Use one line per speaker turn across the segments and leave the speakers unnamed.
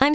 I'm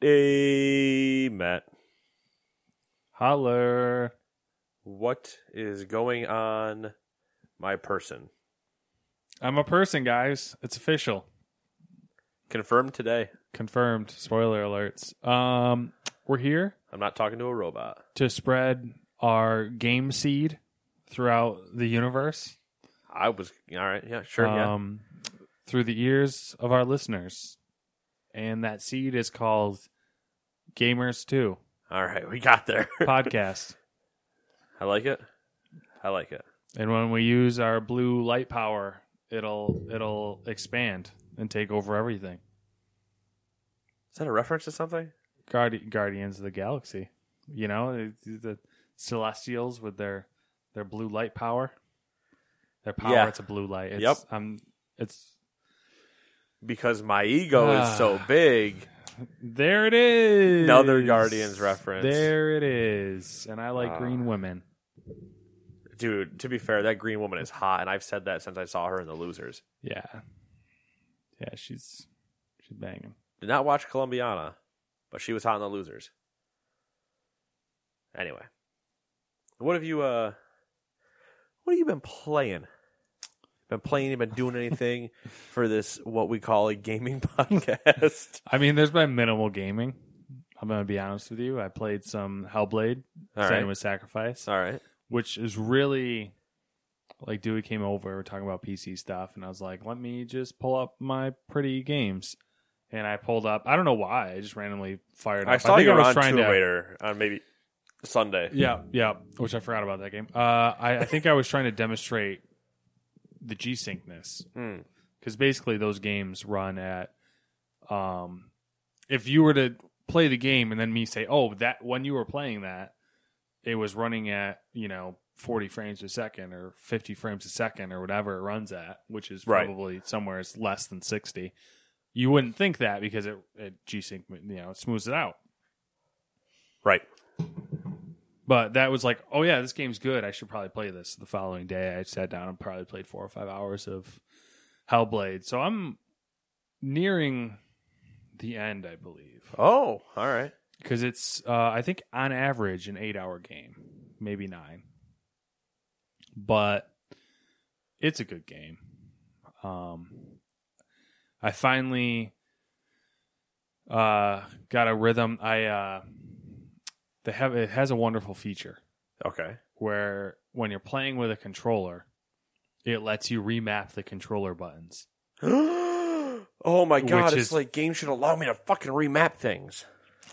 Hey, Matt.
Holler.
What is going on my person?
I'm a person, guys. It's official.
Confirmed today.
Confirmed. Spoiler alerts. Um, we're here
I'm not talking to a robot.
to spread our game seed throughout the universe.
I was all right. Yeah, sure. yeah.
um, through the ears of our listeners. And that seed is called Gamers 2
All right, we got there.
podcast.
I like it. I like it.
and when we use our blue light power, it'll it'll expand and take over everything.
Is that a reference to something?
Guardi- Guardians of the Galaxy. You know, it- the Celestials with their their blue light power. Their power
Yeah.
it's a blue light. It's
Yep.
um it's
Because my ego is so big.
there it is.
Another Guardians reference. Ah.
There it is. And I like green women.
Dude, to be fair, that green woman is hot, and I've said that since I saw her in The Losers.
Yeah. Yeah, she's she's banging.
Did not watch Columbiana, but she was hot in The Losers. Anyway. What have you uh what have you been playing? Been playing, you been doing anything for this what we call a gaming podcast.
I mean, there's been minimal gaming. I'm gonna be honest with you. I played some Hellblade,
All
Sand
right.
with Sacrifice.
All right.
which is really like Dewey came over, we are talking about PC stuff, and I was like, let me just pull up my pretty games. And I pulled up. I don't know why. I just randomly fired.
I
up.
saw
think
you were
was
on
trying
Tomb
to-
Raider on maybe Sunday.
Yeah, yeah. Which I forgot about that game. Uh, I, I think I was trying to demonstrate the G syncness
Hmm.
because basically those games run at um if you were to play the game and then me say oh that when you were playing that it was running at you know 40 frames a second or 50 frames a second or whatever it runs at which is
Right.
probably somewhere it's less than 60 you wouldn't think that because it, it g-sync you know it smooths it out
Right.
but that was like, oh yeah, this game's good. I should probably play this. The following day, I sat down and probably played four or five hours of Hellblade. So I'm nearing the end, I believe,
Oh, all right.
because it's uh, I think on average an eight-hour game, maybe nine, but it's a good game. Um, I finally uh, got a rhythm. I uh, they have it has a wonderful feature
Okay.
where when you're playing with a controller, it lets you remap the controller buttons.
oh my god,
Which
it's
is-
like games should allow me to fucking remap things.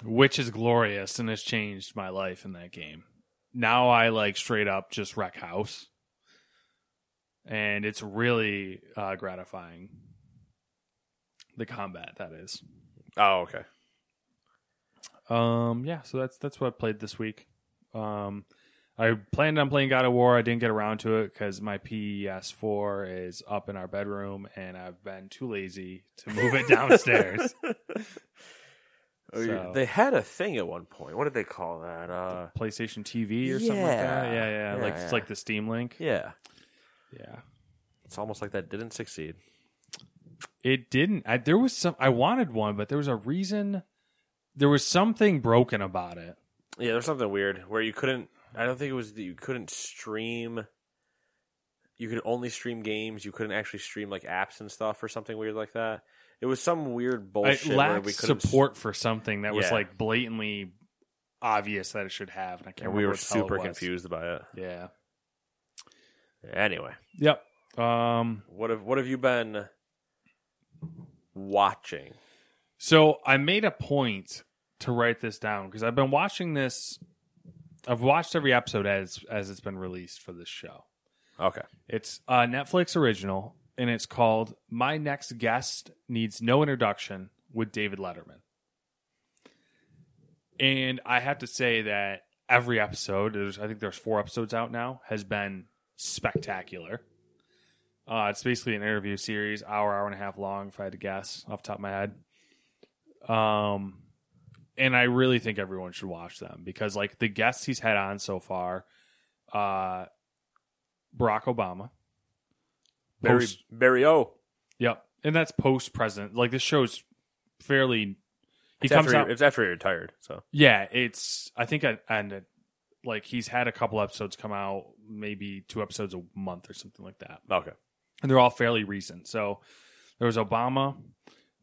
which is glorious and has changed my life in that game. Now I like straight up just wreck house, and it's really uh, gratifying. The combat that is.
Oh, okay.
Um, yeah, so that's that's what I played this week. Um, I planned on playing God of War. I didn't get around to it because my PS4 is up in our bedroom, and I've been too lazy to move it downstairs. So-
They had a thing at one point. What did they call that? Uh,
PlayStation TV or something like that.
Yeah.
Yeah, yeah,
Yeah,
like it's
yeah.
like the Steam Link.
yeah,
Yeah.
it's almost like that didn't succeed.
It didn't. I, there was some. I wanted one, but there was a reason. There was something broken about it.
Yeah, there's something weird where you couldn't. I don't think it was that you couldn't stream. You could only stream games. You couldn't actually stream like apps and stuff or something weird like that. It was some weird
It
bullshit where
lacked
we couldn't
support for something that was
Yeah.
like blatantly obvious that it should have, and I can't.
and we were
remember what the hell it
super
was.
confused by it.
Yeah.
Anyway,
Yep. Um.
what have what have you been watching?
So I made a point to write this down because I've been watching this. I've watched every episode as as it's been released for this show.
Okay,
It's a Netflix original, and it's called "My Next Guest Needs No Introduction" with David Letterman. And I have to say that every episode, there's I think there's four episodes out now, has been spectacular. Uh, it's basically an interview series, hour, hour and a half long, if I had to guess off the top of my head. Um, and I really think everyone should watch them because, like, the guests he's had on so far, uh, Barack Obama,
Barry
Post-
Barry O.
yep, and that's post president. Like, this show's fairly. He
It's
comes
after he-
out.
It's after he retired. So
Yeah, it's. I think I and it, like he's had a couple episodes come out, maybe two episodes a month or something like that,
okay,
and they're all fairly recent. So there was Obama,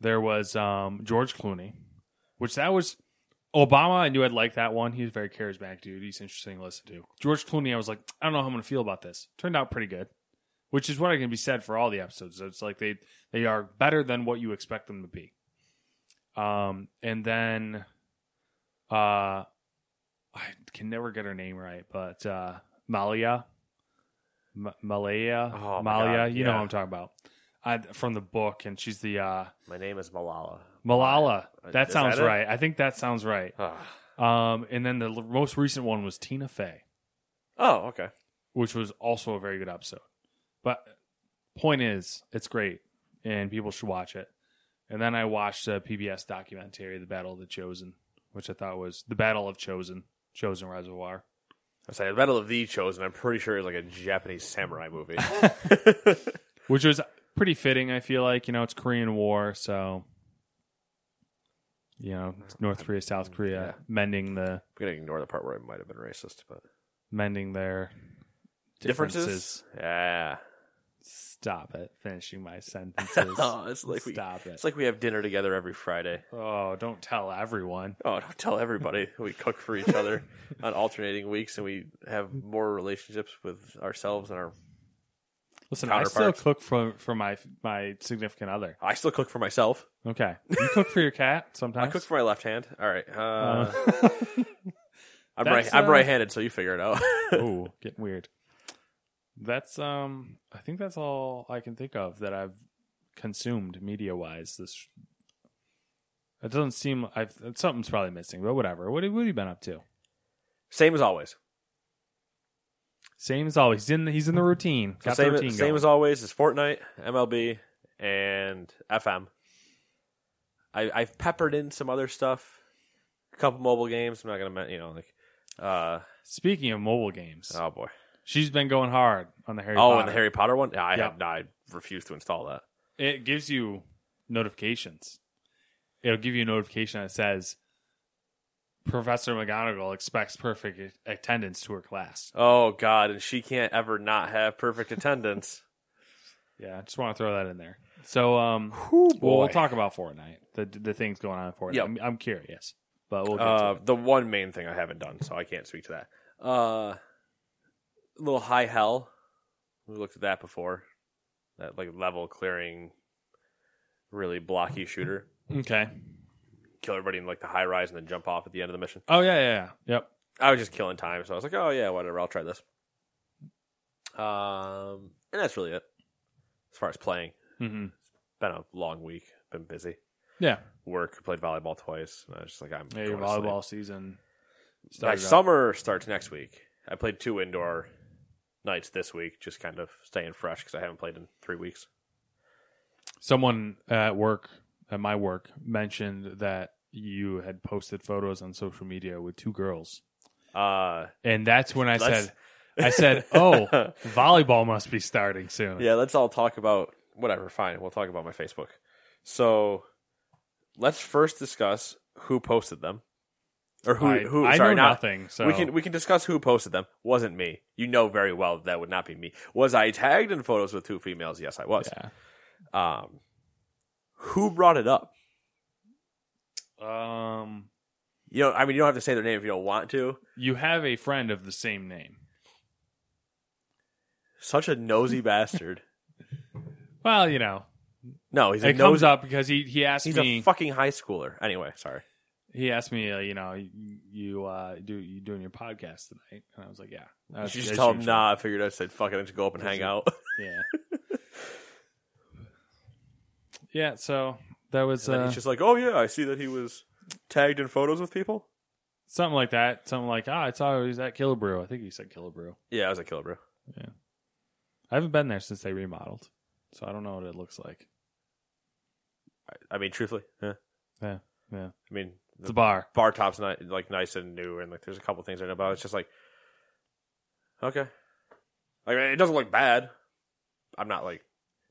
there was um, George Clooney, which that was Obama. I knew I'd like that one. He was a very charismatic dude. He's interesting to listen to. George Clooney, I was like, I don't know how I'm going to feel about this. Turned out pretty good, which is what I can be said for all the episodes. It's like they they are better than what you expect them to be. Um, and then, uh, I can never get her name right, but uh, Malia, M- Malaya,
Oh, my
Malia,
God,
you know
yeah.
who I'm talking about, I, from the book, and she's the uh,
my name is Malala.
Malala.
Uh,
That
is
sounds
that it?
right. I think that sounds right.
Ah.
Um, and then the l- most recent one was Tina Fey,
Oh, okay.
which was also a very good episode. But point is, it's great, and people should watch it. And then I watched a PBS documentary, "The Battle of the Chosen," which I thought was the Battle of Chosen, Chosen Reservoir.
I say the Battle of the Chosen. I'm pretty sure it's like a Japanese samurai movie.
which was pretty fitting. I feel like you know it's Korean War, so you know it's North Korea, South Korea
Yeah.
mending the
I'm gonna ignore the part where I might have been racist, but
mending their differences.
differences. Yeah,
Stop it! Finishing my sentences.
Oh, it's like we-
stop it.
it's like we have dinner together every Friday.
oh, don't tell everyone.
Oh, don't tell everybody we cook for each other on alternating weeks, and we have more relationships with ourselves and our.
Listen, I still
Counterparts.
cook for for my my significant other.
I still cook for myself.
Okay, you cook for your cat sometimes.
I cook for my left hand. All right, uh, I'm right.
Uh. That's,
I'm
uh,
right-handed, so you figure it out.
Ooh, getting weird. That's um I think that's all I can think of that I've consumed media wise this it doesn't seem I've something's probably missing, but whatever. What have, what have you been up to?
same as always.
Same as always. He's in the, he's in the routine. Got the
same
routine
same
going.
as always is Fortnite, MLB, and FM. I, I've peppered in some other stuff, a couple mobile games. I'm not gonna, men- you know, like, uh,
Speaking of mobile games,
oh boy,
she's been going hard on the Harry
oh,
Potter.
and the Harry Potter one. I
Yeah.
have, no, I refuse to install that.
it gives you notifications. It'll give you a notification that says Professor McGonagall expects perfect attendance to her class.
Oh God, and she can't ever not have perfect attendance.
Yeah, I just want to throw that in there. So, um, we'll, we'll talk about Fortnite, the the things going on in Fortnite.
Yep.
I'm, I'm curious, but we'll get
Uh,
to it.
the one main thing I haven't done, so I can't speak to that. Uh, little high hell. We looked at that before. That like level clearing, really blocky shooter.
Okay.
Kill everybody in like the high rise and then jump off at the end of the mission.
Oh yeah, yeah, yeah. Yep.
I was just killing time, so I was like, oh yeah, whatever. I'll try this. Um, and that's really it as far as playing.
Mm-hmm.
Been a long week. Been busy.
Yeah.
Work. Played volleyball twice. And I was just like, I'm
Yeah. Your
going to sleep.
volleyball season.
My
started up.
summer starts next week. I played two indoor nights this week, just kind of staying fresh because I haven't played in three weeks.
Someone at work, at my work, mentioned that you had posted photos on social media with two girls,
Uh,
and that's when I
Let's-
said, I said, oh, volleyball must be starting soon.
yeah, let's all talk about whatever. Fine, we'll talk about my Facebook. So let's first discuss who posted them, or who
I,
who.
I
sorry,
know
not-
nothing. So
We can we can discuss who posted them. Wasn't me. You know very well that would not be me. Was I tagged in photos with two females? Yes, I was.
yeah.
Um, Who brought it up?
Um,
You know, I mean, you don't have to say their name if you don't want to.
you have a friend of the same name.
Such a nosy bastard.
Well, you know,
No, he's a
it comes
nosy.
up because he he asked
He's
me.
a fucking high schooler. Anyway, sorry.
he asked me, uh, you know, you, you uh, do you doing your podcast tonight? And I was like, yeah.
You
That's-
should just
that's
tell him,
usual.
nah, I figured I said, fuck it, I just go up and hang out.
Yeah. yeah. So that was
and then
uh,
he's just like, oh, yeah, I see that he was tagged in photos with people.
something like that. Something like, ah, I saw he was at Killebrew. I think he said Killebrew.
Yeah, I was a killer, bro.
I haven't been there since they remodeled, so I don't know what it looks like.
I mean, truthfully, yeah.
Yeah, yeah.
I mean,
It's a bar.
bar top's not like nice and new, and like there's a couple things I know about. It's just like, okay, like it doesn't look bad. I'm not like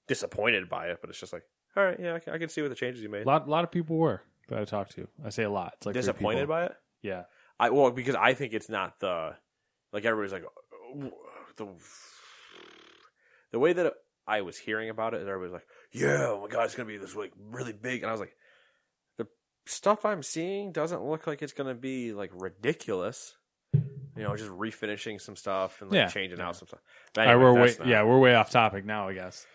disappointed by it, but it's just like, all right, yeah, I can, I can see what the changes you
A
made.
lot, lot of people were that I talked to. I say a lot. It's like three
disappointed
people.
by it?
Yeah,
I well because I think it's not the like everybody's like "Oh, the the way that I was hearing about it, everybody's like, yeah, oh my god, it's gonna be this like really big, and I was like, the stuff I'm seeing doesn't look like it's gonna be like ridiculous. You know, just refinishing some stuff and like
Yeah.
changing out some stuff.
All
But
right,
anyway,
we're way,
that's not-
yeah, we're way off topic now. I guess,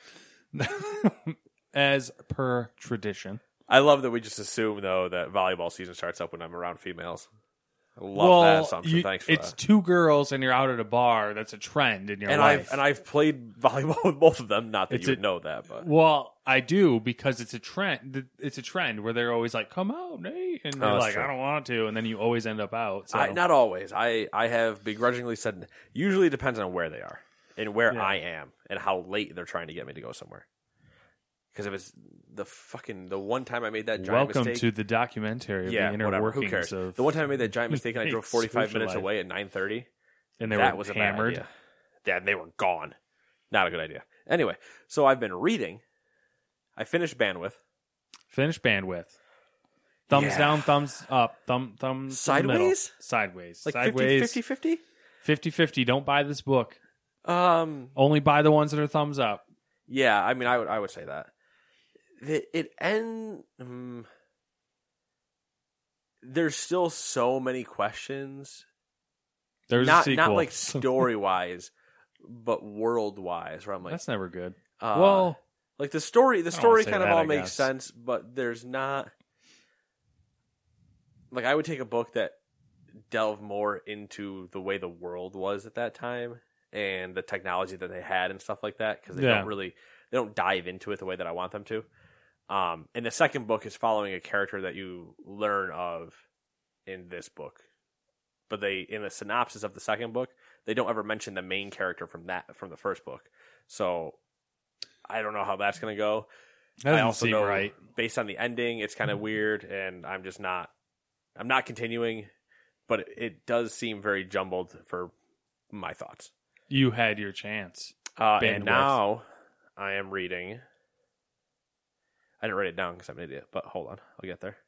as per tradition.
I love that we just assume though that volleyball season starts up when I'm around females. I love
well,
that assumption.
you-
Thanks for
it's
that.
two girls and you're out at a bar. That's a trend in your
and
life.
I've and I've played volleyball with both of them. Not that
It's
you
a-
would know that, but
well, I do because it's a trend. It's a trend where they're always like, "Come out, Nate," and they're
Oh, that's
like,
true.
"I don't want to," and then you always end up out. So
I, not always. I I have begrudgingly said. Usually it depends on where they are and where
Yeah.
I am and how late they're trying to get me to go somewhere. Because if it's the fucking the one time I made that giant
welcome
mistake,
to the documentary of
yeah,
the inner
whatever. Who
workings
cares?
of
The one time I made that giant mistake and I drove forty five
social
minutes
life.
away at nine thirty.
and they
that
were
was a
hammered.
Bad idea. Yeah, they were gone. Not a good idea. Anyway, so I've been reading. I finished bandwidth.
Finish bandwidth. Thumbs
Yeah.
down, thumbs up, thumb thumb
Sideways?
sideways,
Like
sideways,
50, 50?
50-50. Don't buy this book.
Um,
Only buy the ones that are thumbs up.
Yeah, I mean, I would I would say that. The, it end. mm, there's still so many questions,
There's a
not
sequel.
not like story wise, but world wise. Where I'm like,
that's never good.
uh,
well,
like the story, the
don't
story
say
kind of
that,
all
I
makes
guess.
sense, but there's not. Like I would take a book that delve more into the way the world was at that time and the technology that they had and stuff like that because they
Yeah.
don't really they don't dive into it the way that I want them to. Um, and the second book is following a character that you learn of in this book, but they in the synopsis of the second book they don't ever mention the main character from that from the first book. So I don't know how that's going to go.
that doesn't
I also
seem
know
right.
based on the ending, it's kind of weird, and I'm just not. I'm not continuing, but it, it does seem very jumbled for my thoughts.
You had your chance.
Uh,
Bandwidth.
and now I am reading. I didn't write it down because I'm an idiot, but hold on, I'll get there.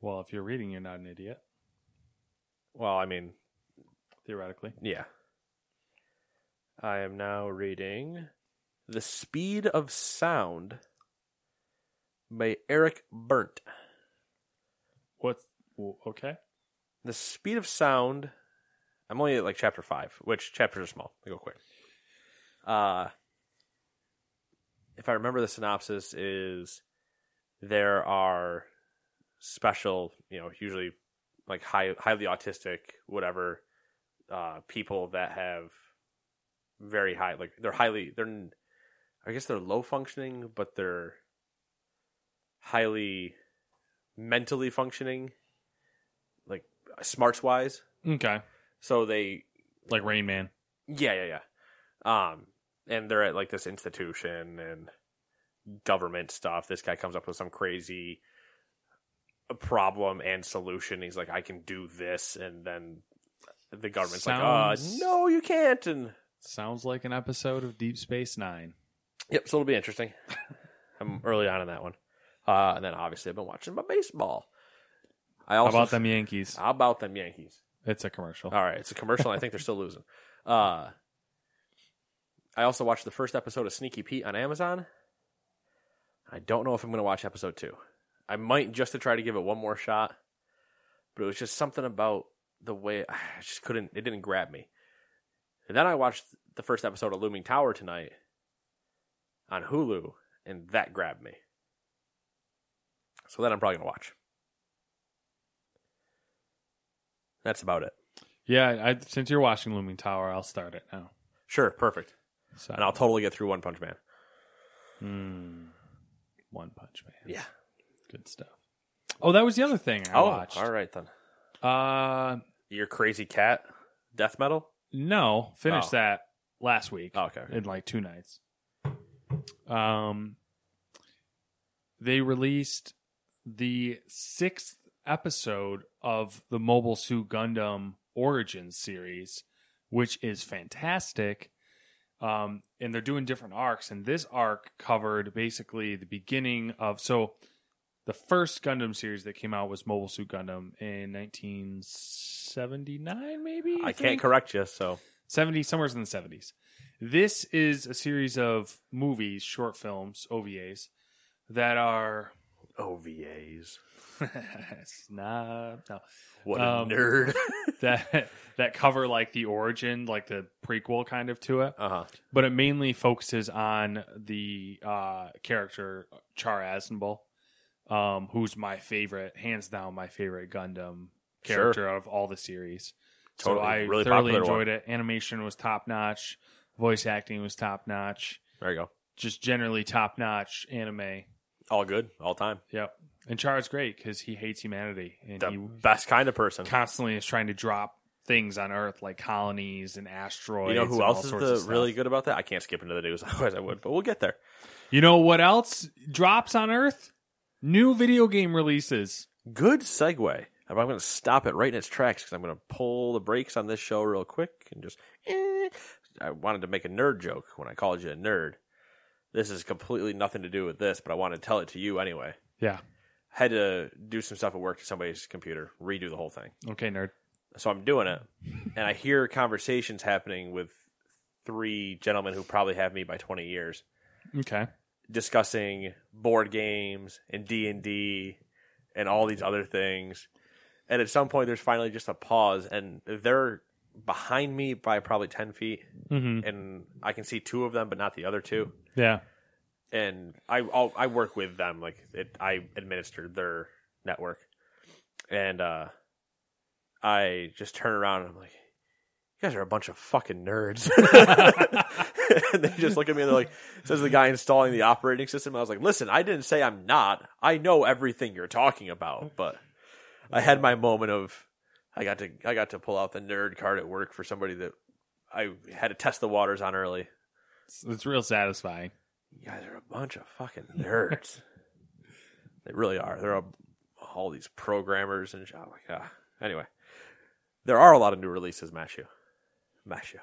Well, if you're reading, you're not an idiot
Well, I mean,
theoretically.
yeah. I am now reading The Speed of Sound by Eric Burnt.
What? well, okay.
the speed of sound i'm only at like chapter five which chapters are small they go quick uh if i remember the synopsis is there are special you know usually like high highly autistic whatever uh people that have very high like they're highly they're n- i guess they're low functioning but they're highly mentally functioning like smarts wise
Okay.
so they,
Like Rain Man.
yeah, yeah, yeah. Um, and they're at like this institution and government stuff. This guy comes up with some crazy problem and solution. He's like, I can do this, and then the government's
Sounds-
like, uh, no, you can't. And
Sounds like an episode of Deep Space Nine.
yep, so it'll be interesting. I'm early on in that one, uh, and then obviously I've been watching my baseball. I
How
also
about them Yankees?
How about them Yankees?
It's a commercial.
All right, it's a commercial. and I think they're still losing. Uh, I also watched the first episode of Sneaky Pete on Amazon. I don't know if I'm going to watch episode two. I might just to try to give it one more shot, but it was just something about the way I just couldn't. It didn't grab me. And then I watched the first episode of Looming Tower tonight on Hulu, and that grabbed me. So then I'm probably gonna watch. That's about it.
Yeah, I, since you're watching Looming Tower, I'll start it now.
Sure, perfect.
So
And I'll totally get through One Punch Man.
Mm. One Punch Man.
Yeah.
Good stuff. Oh, that was the other thing I
oh,
watched.
all right then.
Uh,
Your crazy cat, death metal.
no, finished
Oh.
that last week.
Oh, okay.
in like two nights. Um, they released the sixth episode of the Mobile Suit Gundam Origins series, which is fantastic. Um, and they're doing different arcs, and this arc covered basically the beginning of so. The first Gundam series that came out was Mobile Suit Gundam in 1979, maybe.
I can't
think?
correct you, so
70s, somewhere's in the 70s. This is a series of movies, short films, OVAs, that are
OVAs.
snob, no,
What
Um,
a nerd.
that that cover like the origin, like the prequel kind of to it,
uh huh.
but it mainly focuses on the uh, character Char Aznable, um, who's my favorite, hands down, my favorite Gundam
Sure.
character of all the series.
Totally.
So I
Really
thoroughly
popular
enjoyed
one.
it. Animation was top notch. Voice acting was top notch.
There you go.
Just generally top notch anime.
All good, all time.
Yep. And Char's great because he hates humanity and
The
he
best kind of person.
constantly is trying to drop things on Earth like colonies and asteroids.
You know who
and all
else is
sorts of
the
stuff.
really good about that? I can't skip into the news, otherwise I would. But we'll get there.
You know what else drops on Earth? New video game releases.
Good segue. I'm going to stop it right in its tracks because I'm going to pull the brakes on this show real quick and just. eh. I wanted to make a nerd joke when I called you a nerd. This is completely nothing to do with this, but I wanted to tell it to you anyway.
Yeah.
Had to do some stuff at work to somebody's computer, redo the whole thing.
Okay, nerd.
So I'm doing it, and I hear conversations happening with three gentlemen who probably have me by 20 years
Okay.
discussing board games and D and D and all these other things. And at some point, there's finally just a pause, and they're behind me by probably ten feet,
hmm
and I can see two of them, but not the other two.
Yeah.
And I I'll, I work with them, like it, I administer their network, and uh, I just turn around and I'm like, "You guys are a bunch of fucking nerds." and they just look at me and they're like, "Says the guy installing the operating system." I was like, "Listen, I didn't say I'm not. I know everything you're talking about." But I had my moment of, I got to I got to pull out the nerd card at work for somebody that I had to test the waters on early.
It's, it's real satisfying.
You guys are a bunch of fucking nerds. they really are. There are all these programmers and shit. Oh my god. Anyway, there are a lot of new releases, Mashu. Mashu.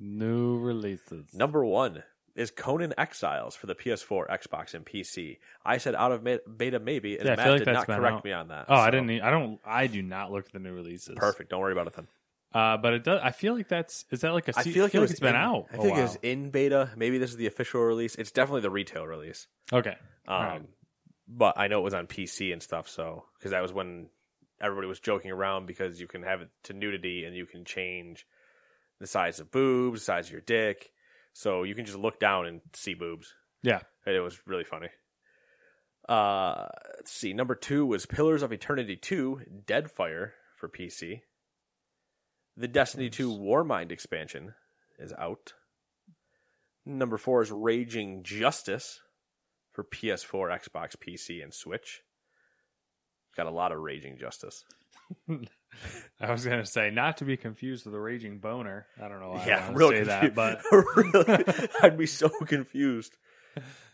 New releases.
Number one is Conan Exiles for the PS4, Xbox, and PC. I said out of ma- beta maybe, and
Yeah, I
Matt
feel like
did
that's
not
been
correct
out.
me on that.
Oh, I
so-
didn't. e- I don't. I do not look at the new releases.
Perfect. Don't worry about it then.
Uh, but it does. I feel like that's. Is that like a? se-
I feel like, it was
it's been
in-
out.
I
a
feel like it was
while.
in beta. Maybe this is the official release. It's definitely the retail release.
Okay.
Um,
Alright.
But I know it was on PC and stuff, so because that was when everybody was joking around because you can have it to nudity and you can change the size of boobs, the size of your dick, so you can just look down and see boobs.
Yeah.
And it was really funny. Uh, let's see. Number two was Pillars of Eternity Two: Deadfire for PC. The Destiny Two Warmind expansion is out. Number four is Raging Justice for PS4, Xbox, PC, and Switch. Got a lot of Raging Justice.
I was gonna say not to be confused with the raging boner. I don't know. Why Oh, I
yeah,
wanna
real
say that, but
confused. Really, I'd be so confused.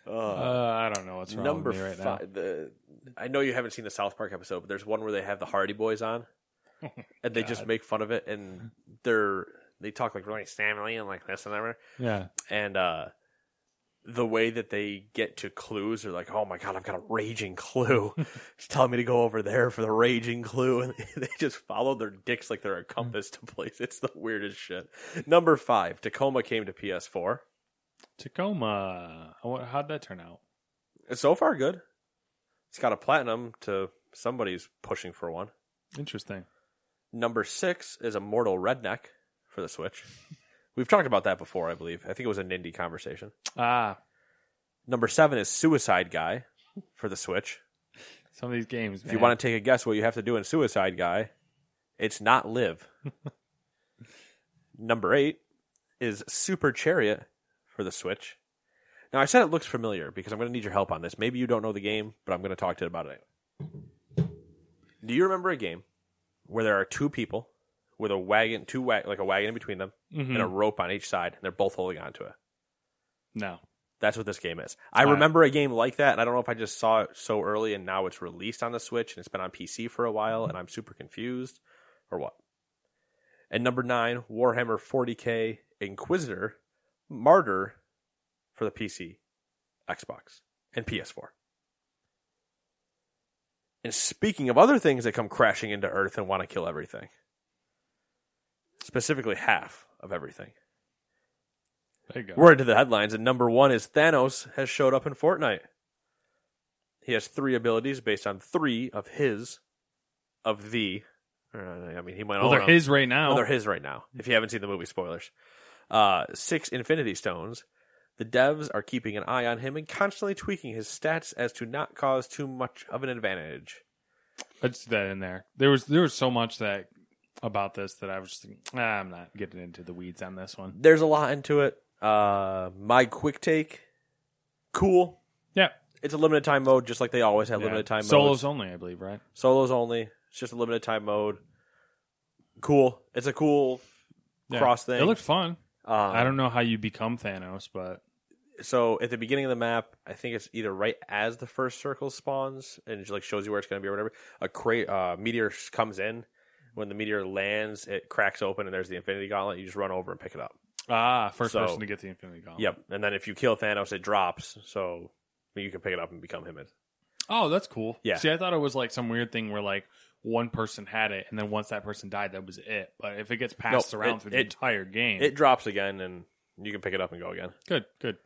uh, I don't know what's wrong
number
with me right
five. The I know you haven't seen the South Park episode, but there's one where they have the Hardy Boys on, and they just
God.
make fun of it, and they're they talk like really stammily and like this and that,
now. Yeah.
and uh, the way that they get to clues are like, oh my god, I've got a raging clue. It's telling me to go over there for the raging clue, and they just follow their dicks like they're
Hmm.
a compass to place. It's the weirdest shit. Number five, Tacoma came to PS4.
Tacoma. I wa- How'd that turn out?
So far, good. It's got a platinum to somebody's pushing for one.
Interesting.
Number six is a Mortal Redneck for the Switch. We've talked about that before, I believe. I think it was an indie conversation.
Ah,
Number seven is Suicide Guy for the Switch.
some of these games.
If you want to take a guess what you have to do in Suicide Guy, it's not live. Number eight is Super Chariot for the Switch. Now, I said it looks familiar because I'm going to need your help on this. Maybe you don't know the game, but I'm going to talk to you about it anyway. Do you remember a game where there are two people with a wagon, two wa- like a wagon in between them,
Mm-hmm.
and a rope on each side, and they're both holding onto it?
no.
That's what this game is. I
Wow.
remember a game like that, and I don't know if I just saw it so early and now it's released on the Switch and it's been on PC for a while and I'm super confused or what. And number nine, Warhammer 40k Inquisitor Martyr for the PC, Xbox, and PS4. And speaking of other things that come crashing into Earth and want to kill everything, specifically half of everything.
There you go.
We're into the headlines, and number one is Thanos has showed up in Fortnite. He has three abilities based on three of his, of the. or, I mean, he might
well,
own
they're
them.
his right now.
Well, they're his right now. If you haven't seen the movie, spoilers. Uh, six Infinity Stones. The devs are keeping an eye on him and constantly tweaking his stats as to not cause too much of an advantage.
Let's do that in there. There was there was so much that about this that I was just thinking, ah, I'm not getting into the weeds on this one.
There's a lot into it. Uh, my quick take: cool.
Yeah.
It's a limited time mode, just like they always have
Yeah.
limited time modes.
solos only, I believe, right?
solos only. It's just a limited time mode. Cool. It's a cool
Yeah.
cross thing.
It looked fun.
Um,
I don't know how you become Thanos, but
So at the beginning of the map, I think it's either right as the first circle spawns and it just, like shows you where it's going to be or whatever. A crate uh, meteor s- comes in. When the meteor lands, it cracks open and there's the Infinity Gauntlet. You just run over and pick it up.
ah, first
So-
person to get the Infinity Gauntlet.
Yep. And then if you kill Thanos, it drops. So you can pick it up and become him.
Oh, that's cool.
Yeah.
See, I thought it was like some weird thing where like one person had it, and then once that person died, that was it. But if it gets passed
No,
around
it-
through the
it-
entire game,
It drops again and you can pick it up and go again.
good, good.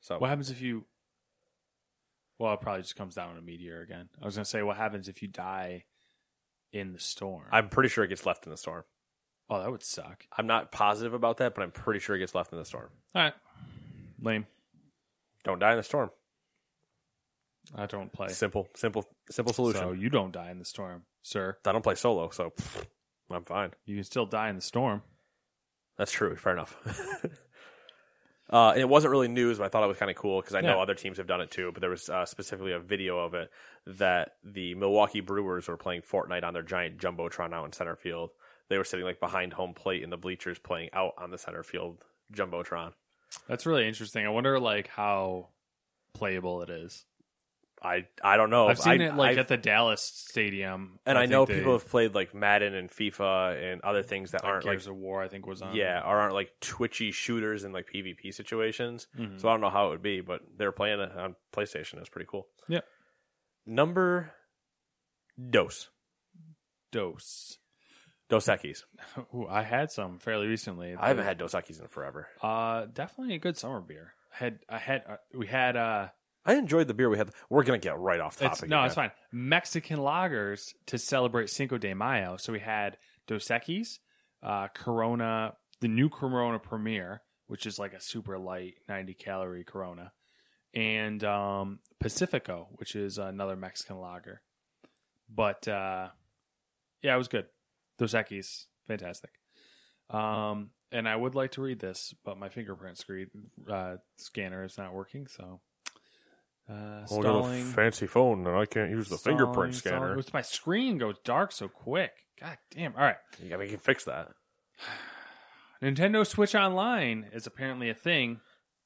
So
What happens if you? Well, it probably just comes down on a meteor again. I was gonna say, what happens if you die in the storm?
I'm pretty sure it gets left in the storm.
oh, that would suck.
I'm not positive about that, but I'm pretty sure it gets left in the storm.
All right, lame.
Don't die in the storm.
I don't play.
Simple, simple, simple solution.
So you don't die in the storm, sir.
I don't play solo, so pfft, I'm fine.
You can still die in the storm.
That's true. Fair enough. uh, and it wasn't really news, but I thought it was kind of cool because I know
Yeah.
other teams have done it too. But there was uh, specifically a video of it that the Milwaukee Brewers were playing Fortnite on their giant jumbotron out in center field. They were sitting like behind home plate in the bleachers, playing out on the center field jumbotron.
That's really interesting. I wonder like how playable it is.
I I don't know.
I've seen
Oh, I-
it like
I've-
at the Dallas stadium,
and I, know
think they-
people have played like Madden and FIFA and other things that
like,
aren't like
Gears of War. I think was on.
yeah, or aren't like twitchy shooters in like PvP situations.
Mhm.
So I don't know how it would be, but they're playing it on PlayStation. It's pretty cool.
Yeah.
Number Dos
dose.
Dos Equis.
Ooh, I had some fairly recently.
I haven't had Dos Equis in forever.
Uh, definitely a good summer beer. I had I had uh, we had uh.
I enjoyed the beer we had. We're gonna get right off topic.
It's, no, it's
again.
fine. Mexican lagers to celebrate Cinco de Mayo. So we had Dos Equis, uh, Corona, the new Corona Premier, which is like a super light, ninety calorie Corona, and um, Pacifico, which is another Mexican lager. But uh, yeah, it was good. Dos Equis, fantastic. Um, and I would like to read this, but my fingerprint screen uh, scanner is not working, so. Uh,
Oh, I got a
stalling.
fancy phone, and I can't use the
Installing,
fingerprint
installing.
scanner.
It's- my screen goes dark so quick. God damn. All right.
I mean, you can fix that.
Nintendo Switch Online is apparently a thing,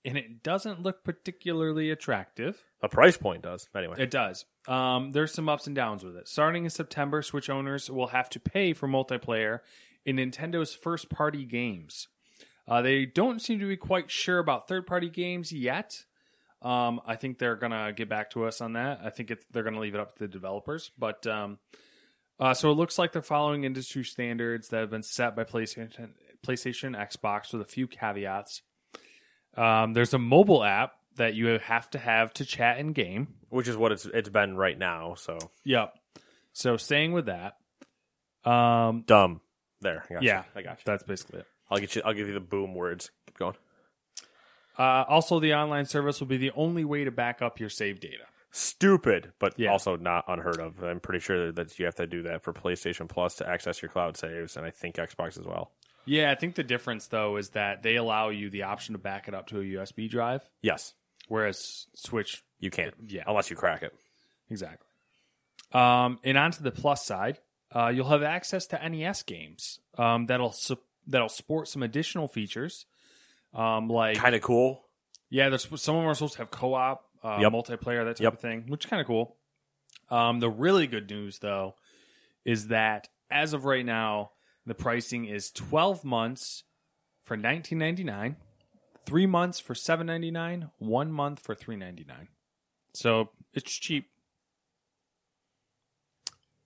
and it doesn't look particularly attractive.
The price point does anyway.
It does. Um, there's some ups and downs with it. Starting in September, Switch owners will have to pay for multiplayer in Nintendo's first party games. Uh, they don't seem to be quite sure about third party games yet. Um, I think they're going to get back to us on that. I think it's, they're going to leave it up to the developers. But um, uh, so it looks like they're following industry standards that have been set by PlayStation, PlayStation Xbox with a few caveats. Um, there's a mobile app that you have to have to chat in game.
which is what it's it's been right now. So
Yep. So staying with that, um,
dumb. There, I got
yeah,
you. I got you.
That's basically it.
I'll get you. I'll give you the boom words. Keep going.
Uh, also, the online service will be the only way to back up your save data.
Stupid, but
Yeah.
also not unheard of. I'm pretty sure that you have to do that for PlayStation Plus to access your cloud saves, and I think Xbox as well.
Yeah, I think the difference though is that they allow you the option to back it up to a USB drive,
Yes,
whereas Switch,
you can't.
yeah.
unless you crack it.
exactly. Um, and onto the plus side, uh, you'll have access to NES games um, that'll sup that'll sport some additional features, um, like
Kind of cool.
Yeah, there's some of them are supposed to have co-op, uh,
Yep.
multiplayer, that type
Yep.
of thing, which is kind of cool. Um, the really good news though is that as of right now, the pricing is 12 months for 19.99, three months for 7.99, one month for 3.99. So it's cheap.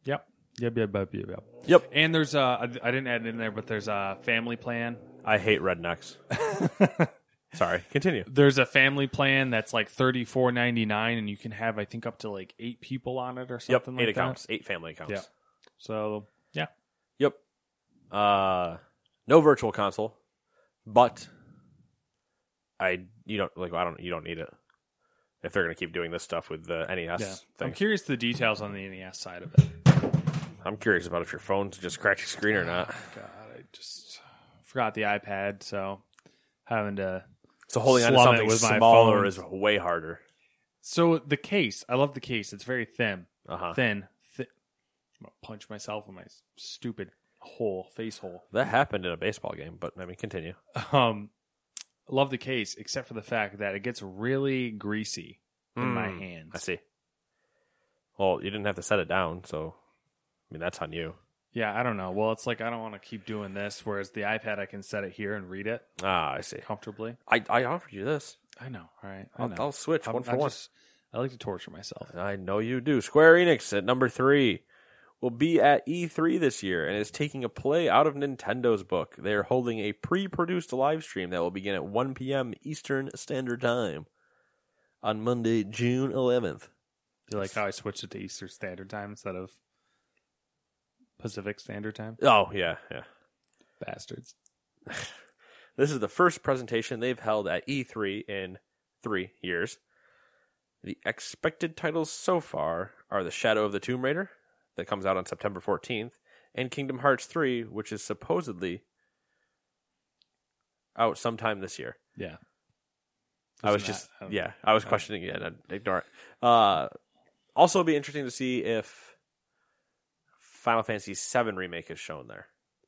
Yep. Yep. Yep. Yep. Yep. yep.
Yep.
And there's uh, I I didn't add it in there, but there's a family plan
I hate rednecks. Sorry. Continue.
there's a family plan that's like thirty four ninety nine, and you can have I think up to like eight people on it or
Yep.
something
Eight
like that.
accounts. Eight family accounts.
Yeah. So yeah,
Yep. Uh, no virtual console, but I you don't like I don't you don't need it if they're gonna keep doing this stuff with the NES
yeah.
thing.
I'm curious the details on the NES side of it.
I'm curious about if your phone's just cracked your screen or not.
God, I just forgot the iPad, so having to.
So holding on to
Slum it
something
with my
smaller
phone.
is way harder.
So the case, I love the case. It's very thin,
Uh huh.
thin, thin. I'm gonna punch myself in my stupid hole, face hole.
That happened in a baseball game, but I mean, continue.
Um, love the case, except for the fact that it gets really greasy in my
Mm,
hands.
I see. Well, you didn't have to set it down, so I mean that's on you.
Yeah, I don't know. Well, it's like I don't want to keep doing this, whereas the iPad I can set it here and read it
Ah, I see.
comfortably.
I, I offered you this.
I know. All right. I
I'll,
know.
I'll switch
I'm-
one for
I
one.
just- I like to torture myself.
I know you do. Square Enix at number three will be at E3 this year and is taking a play out of Nintendo's book. They are holding a pre produced live stream that will begin at 1 p.m. Eastern Standard Time on Monday, June 11th.
Do you like how I switched it to Eastern Standard Time instead of Pacific Standard Time?
Oh, yeah, yeah.
Bastards.
This is the first presentation they've held at E3 in three years. The expected titles so far are The Shadow of the Tomb Raider, that comes out on September 14th, and Kingdom Hearts 3, which is supposedly out sometime this year.
Yeah.
I was
Isn't
just,
that- uh,
yeah, I was questioning it. and I ignore it. Uh, also, it'll be interesting to see if Final Fantasy VII Remake is shown there.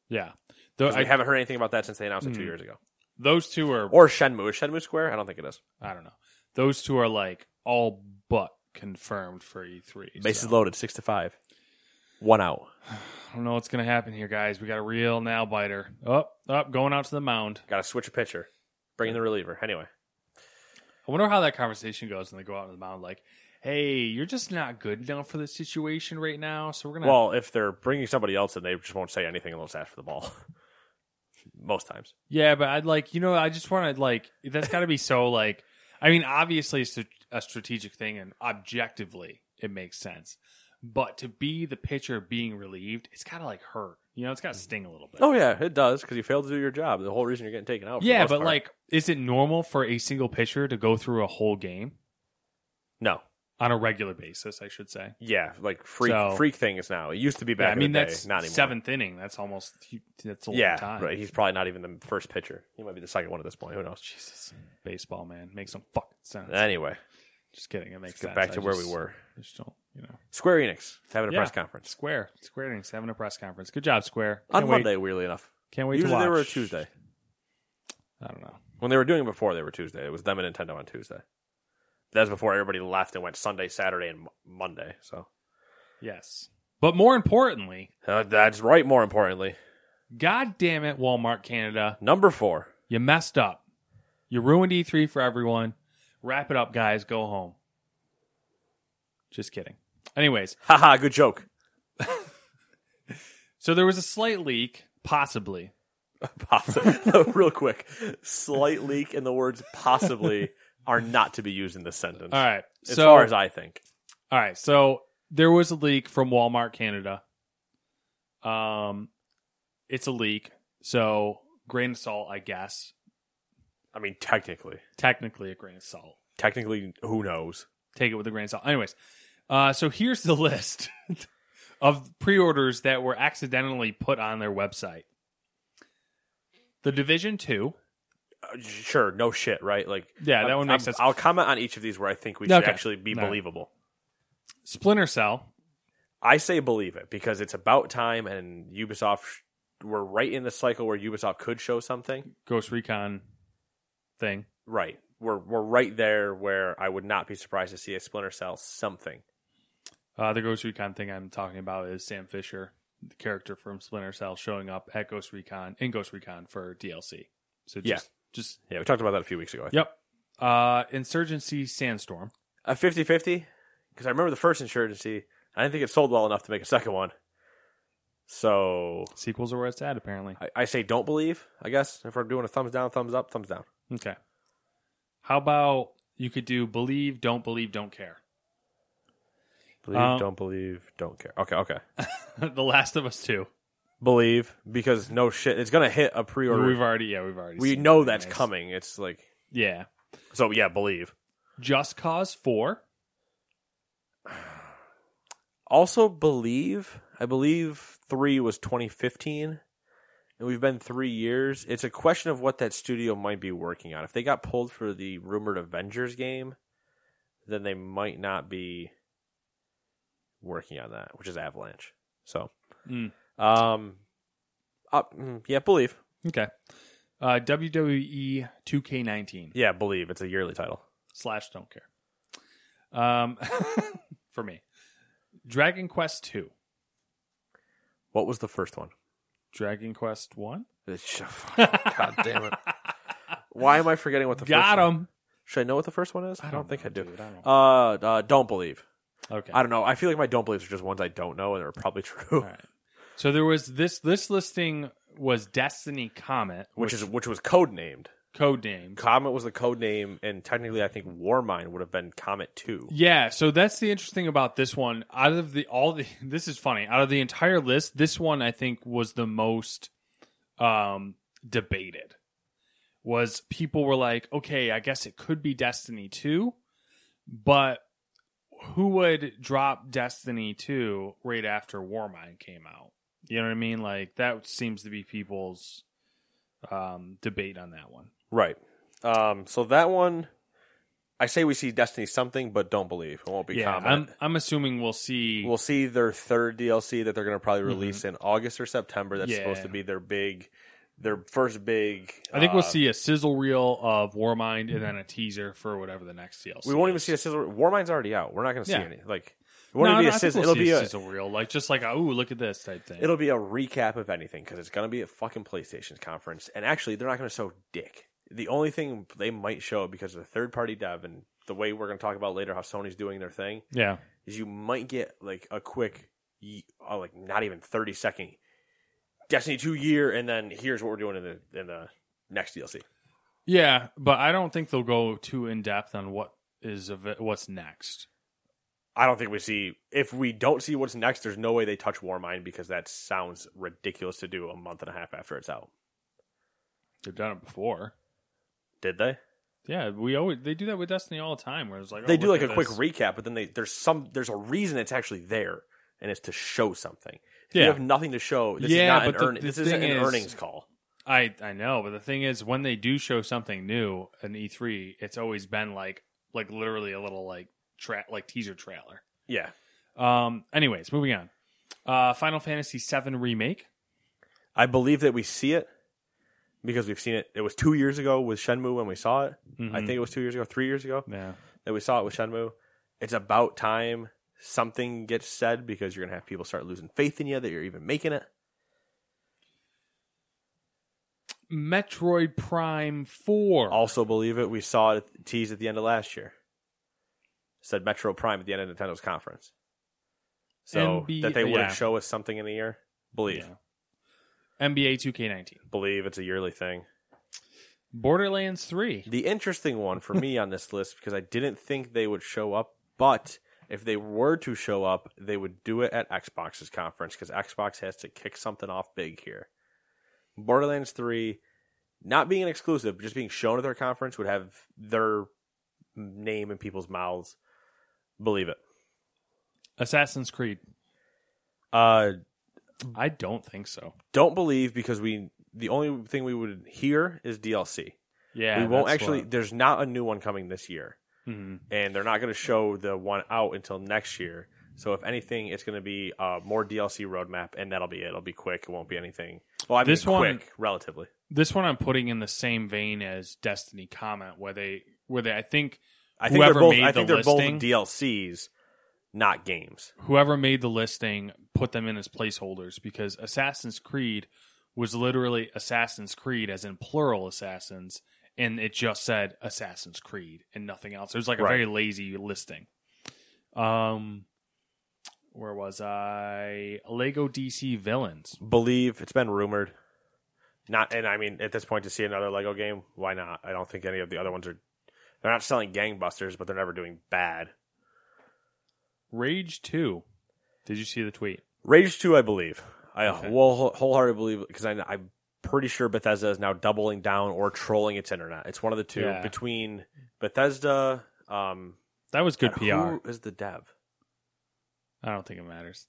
Yeah. Though
'Cause
I
we haven't heard anything about that since they announced it two
Hmm.
years ago.
those two are
Or Shenmue. Is Shenmue Square? I don't think it is.
I don't know. Those two are like all but confirmed for E3.
Base
so.
is loaded, six to five. One out.
I don't know what's going to happen here, guys. We got a real nail biter. Up, up, going out to the mound.
Got to switch a pitcher. Bring in the reliever. Anyway,
I wonder how that conversation goes when they go out on the mound. Like, hey, you're just not good enough for this situation right now, so we're gonna.
well, if they're bringing somebody else in, they just won't say anything unless asked for the ball. Most times,
yeah, but I'd like, you know, I just want to like. That's got to be so like. I mean, obviously, it's a- a strategic thing, and objectively, it makes sense. But to be the pitcher being relieved, it's got to like hurt. You know, it's got to sting a little bit.
oh yeah, it does because you failed to do your job. The whole reason you're getting taken out. for the
yeah,
most
but
part.
like, is it normal for a single pitcher to go through a whole game
no,
on a regular basis? I should say.
yeah, like freak
So-
freak things now. It used to be back.
yeah, I
in
mean
the day,
that's
not anymore.
seventh inning. That's almost that's a long
Yeah,
time.
right. He's probably not even the first pitcher. He might be the second one at this point. Who knows?
Jesus, Mm. baseball man makes some fucking sense.
Anyway,
just kidding, it makes
get
sense.
back
I
to where
just-
we were.
I Just don't, you know.
Square Enix is having a
Yeah.
press conference
Square, Square Enix having a press conference. Good job, Square.
on
Can't wait-
Monday. Weirdly enough,
Can't wait.
usually
to watch.
they were a Tuesday.
I don't know.
When they were doing it before, they were Tuesday. It was them and Nintendo on Tuesday. That was before everybody left and went Sunday, Saturday, and Mo- Monday. So
Yes, but more importantly,
Uh, that's right. More importantly,
God damn it, Walmart Canada,
number four.
you messed up. You ruined E3 for everyone. Wrap it up, guys. Go home. Just kidding. Anyways,
Haha, good joke.
so there was a slight leak, possibly,
Possi- Real quick, slight leak in the words possibly are not to be used in this sentence.
All right.
As
so,
far as I think.
all right. So there was a leak from Walmart Canada. Um, it's a leak. So grain of salt, I guess.
I mean, technically.
Technically, a grain of salt.
Technically, who knows?
Take it with a grain of salt. Anyways, uh, so here's the list of pre-orders that were accidentally put on their website. The Division Two.
Uh, sure, no shit, right? Like,
Yeah, that
I'm-
one makes
I'm-
sense.
I'll comment on each of these where I think we should
Okay.
actually be
All right.
believable.
Splinter Cell.
I say believe it because it's about time, and Ubisoft we're right in the cycle where Ubisoft could show something.
Ghost Recon thing.
Right, we're we're right there where I would not be surprised to see a Splinter Cell something.
Uh, the Ghost Recon thing I'm talking about is Sam Fisher, the character from Splinter Cell, showing up at Ghost Recon in Ghost Recon for DLC. So just,
Yeah.
just
Yeah, we talked about that a few weeks ago. I think.
yep. Uh, Insurgency Sandstorm.
A 50 50 because I remember the first Insurgency. I didn't think it sold well enough to make a second one. So
Sequels are where it's at, apparently.
I, I say don't believe. I guess if we're doing a thumbs down, thumbs up, thumbs down.
Okay. How about you could do believe, don't believe, don't care.
Believe,
Um,
don't believe, don't care. Okay, okay.
the Last of Us Two.
believe because no shit, it's gonna hit a pre-order.
We've already, yeah, we've already.
we
seen
know
it
that's
anyways.
coming. It's like
Yeah.
so. Yeah, believe.
Just Cause Four.
Also, believe. I believe three was 2015, and we've been three years. It's a question of what that studio might be working on. If they got pulled for the rumored Avengers game, then they might not be working on that, which is Avalanche. So,
Mm.
um, up, mm, yeah, believe.
Okay. Uh, E WWE 2K19.
Yeah, believe. It's a yearly title.
slash don't care. Um, for me, Dragon Quest two,
What was the first one?
Dragon Quest one.
God damn it! Why am I forgetting what the
Got
first one?
him.
Should I know what the first one is? I don't, think
know,
I do.
dude, I don't-
Uh, uh, don't believe.
okay.
I don't know. I feel like my don't believes are just ones I don't know, and they're probably true.
All right. So there was this. This listing was Destiny Comet,
Which is which was codenamed.
code name.
Comet was the code name, and technically, I think Warmind would have been Comet Two.
Yeah. So that's the interesting about this one. Out of the all the this is funny. Out of the entire list, this one I think was the most um debated. Was people were like, okay, I guess it could be Destiny two, but who would drop Destiny two right after Warmind came out? You know what I mean? Like that seems to be people's um debate on that one.
Right. Um. So that one, I say we see Destiny something, but don't believe it won't be
yeah,
Comet.
I'm I'm assuming we'll see.
We'll see their third DLC that they're going to probably release in August or September. That's
Mm-hmm. Yeah.
supposed to be their big, their first big.
I think we'll
uh,
see a sizzle reel of Warmind and then a teaser for whatever the next DLC.
We won't even
is.
see a sizzle. Warmind's already out. We're not going to see
Yeah.
any. Like it
No,
won't even
no, I
be a
think
sizzle.
we'll
it'll
see
be
a,
a
sizzle reel, like just like a, ooh, look at this type thing.
it'll be a recap of anything because it's going to be a fucking PlayStation conference. And actually, they're not going to show dick. The only thing they might show because of the third party dev and the way we're going to talk about later how Sony's doing their thing
yeah,
is you might get like a quick, ye- uh, like not even thirty second Destiny two year, and then here's what we're doing in the in the next DLC.
yeah, but I don't think they'll go too in depth on what is av- what's next.
I don't think we see if we don't see what's next. There's no way they touch Warmind because that sounds ridiculous to do a month and a half after it's out.
They've done it before.
Did they?
Yeah, we always they do that with Destiny all the time. Where it's like
they
oh,
do
look
like a
at
quick
this.
recap, but then they there's some there's a reason it's actually there, and it's to show something. If
Yeah.
you have nothing to show, this
Yeah,
is not
but
an
the-
earn,
the
this isn't
thing
an
is-
earnings call.
I I know, but the thing is, when they do show something new in E3, it's always been like like literally a little like tra- like teaser trailer.
Yeah,
Um. Anyways, moving on. Uh, Final Fantasy VII remake.
I believe that we see it because we've seen it. It was two years ago with Shenmue when we saw it. I think it was two years ago, three years ago.
Mm-hmm. Yeah.
that we saw it with Shenmue. It's about time something gets said because you're gonna have people start losing faith in you that you're even making it.
Metroid Prime Four.
Also, believe it. We saw it teased at the end of last year. Said Metro Prime at the end of Nintendo's conference. So
NB
that they
yeah.
wouldn't show us something in the year. Believe,
Yeah. NBA 2K19.
believe it's a yearly thing.
Borderlands Three.
The interesting one for me on this list because I didn't think they would show up, but if they were to show up, they would do it at Xbox's conference because Xbox has to kick something off big here. Borderlands 3, not being an exclusive, but just being shown at their conference would have their name in people's mouths. Believe it.
Assassin's Creed.
Uh,
I don't think so.
don't believe because we the only thing we would hear is DLC.
Yeah,
we won't
that's
actually.
what-
There's not a new one coming this year.
Mhm.
and they're not going to show the one out until next year. So if anything, it's going to be uh, more DLC roadmap, and that'll be it. It'll be quick. It won't be anything. Well, I mean,
This
quick,
one-
relatively.
This one I'm putting in the same vein as Destiny comment, where they where they I think
I think they're
Whoever
both.
made
I think
the
they're
listing-
both DLCs, not games.
whoever made the listing put them in as placeholders because Assassin's Creed was literally Assassin's Creed as in plural assassins and it just said Assassin's Creed and nothing else. It was like a
Right.
very lazy listing. Um where was I? Lego DC Villains.
Believe it's been rumored. Not, and I mean, at this point, to see another Lego game, why not? I don't think any of the other ones are. They're not selling gangbusters, but they're never doing bad.
Rage 2. Did you see the tweet?
Rage Two, I believe. I
Okay.
whole, wholeheartedly believe because I, I'm pretty sure Bethesda is now doubling down or trolling its internet. It's one of the two
Yeah.
between Bethesda. Um,
That was good
and
PR.
Who is the dev?
I don't think it matters.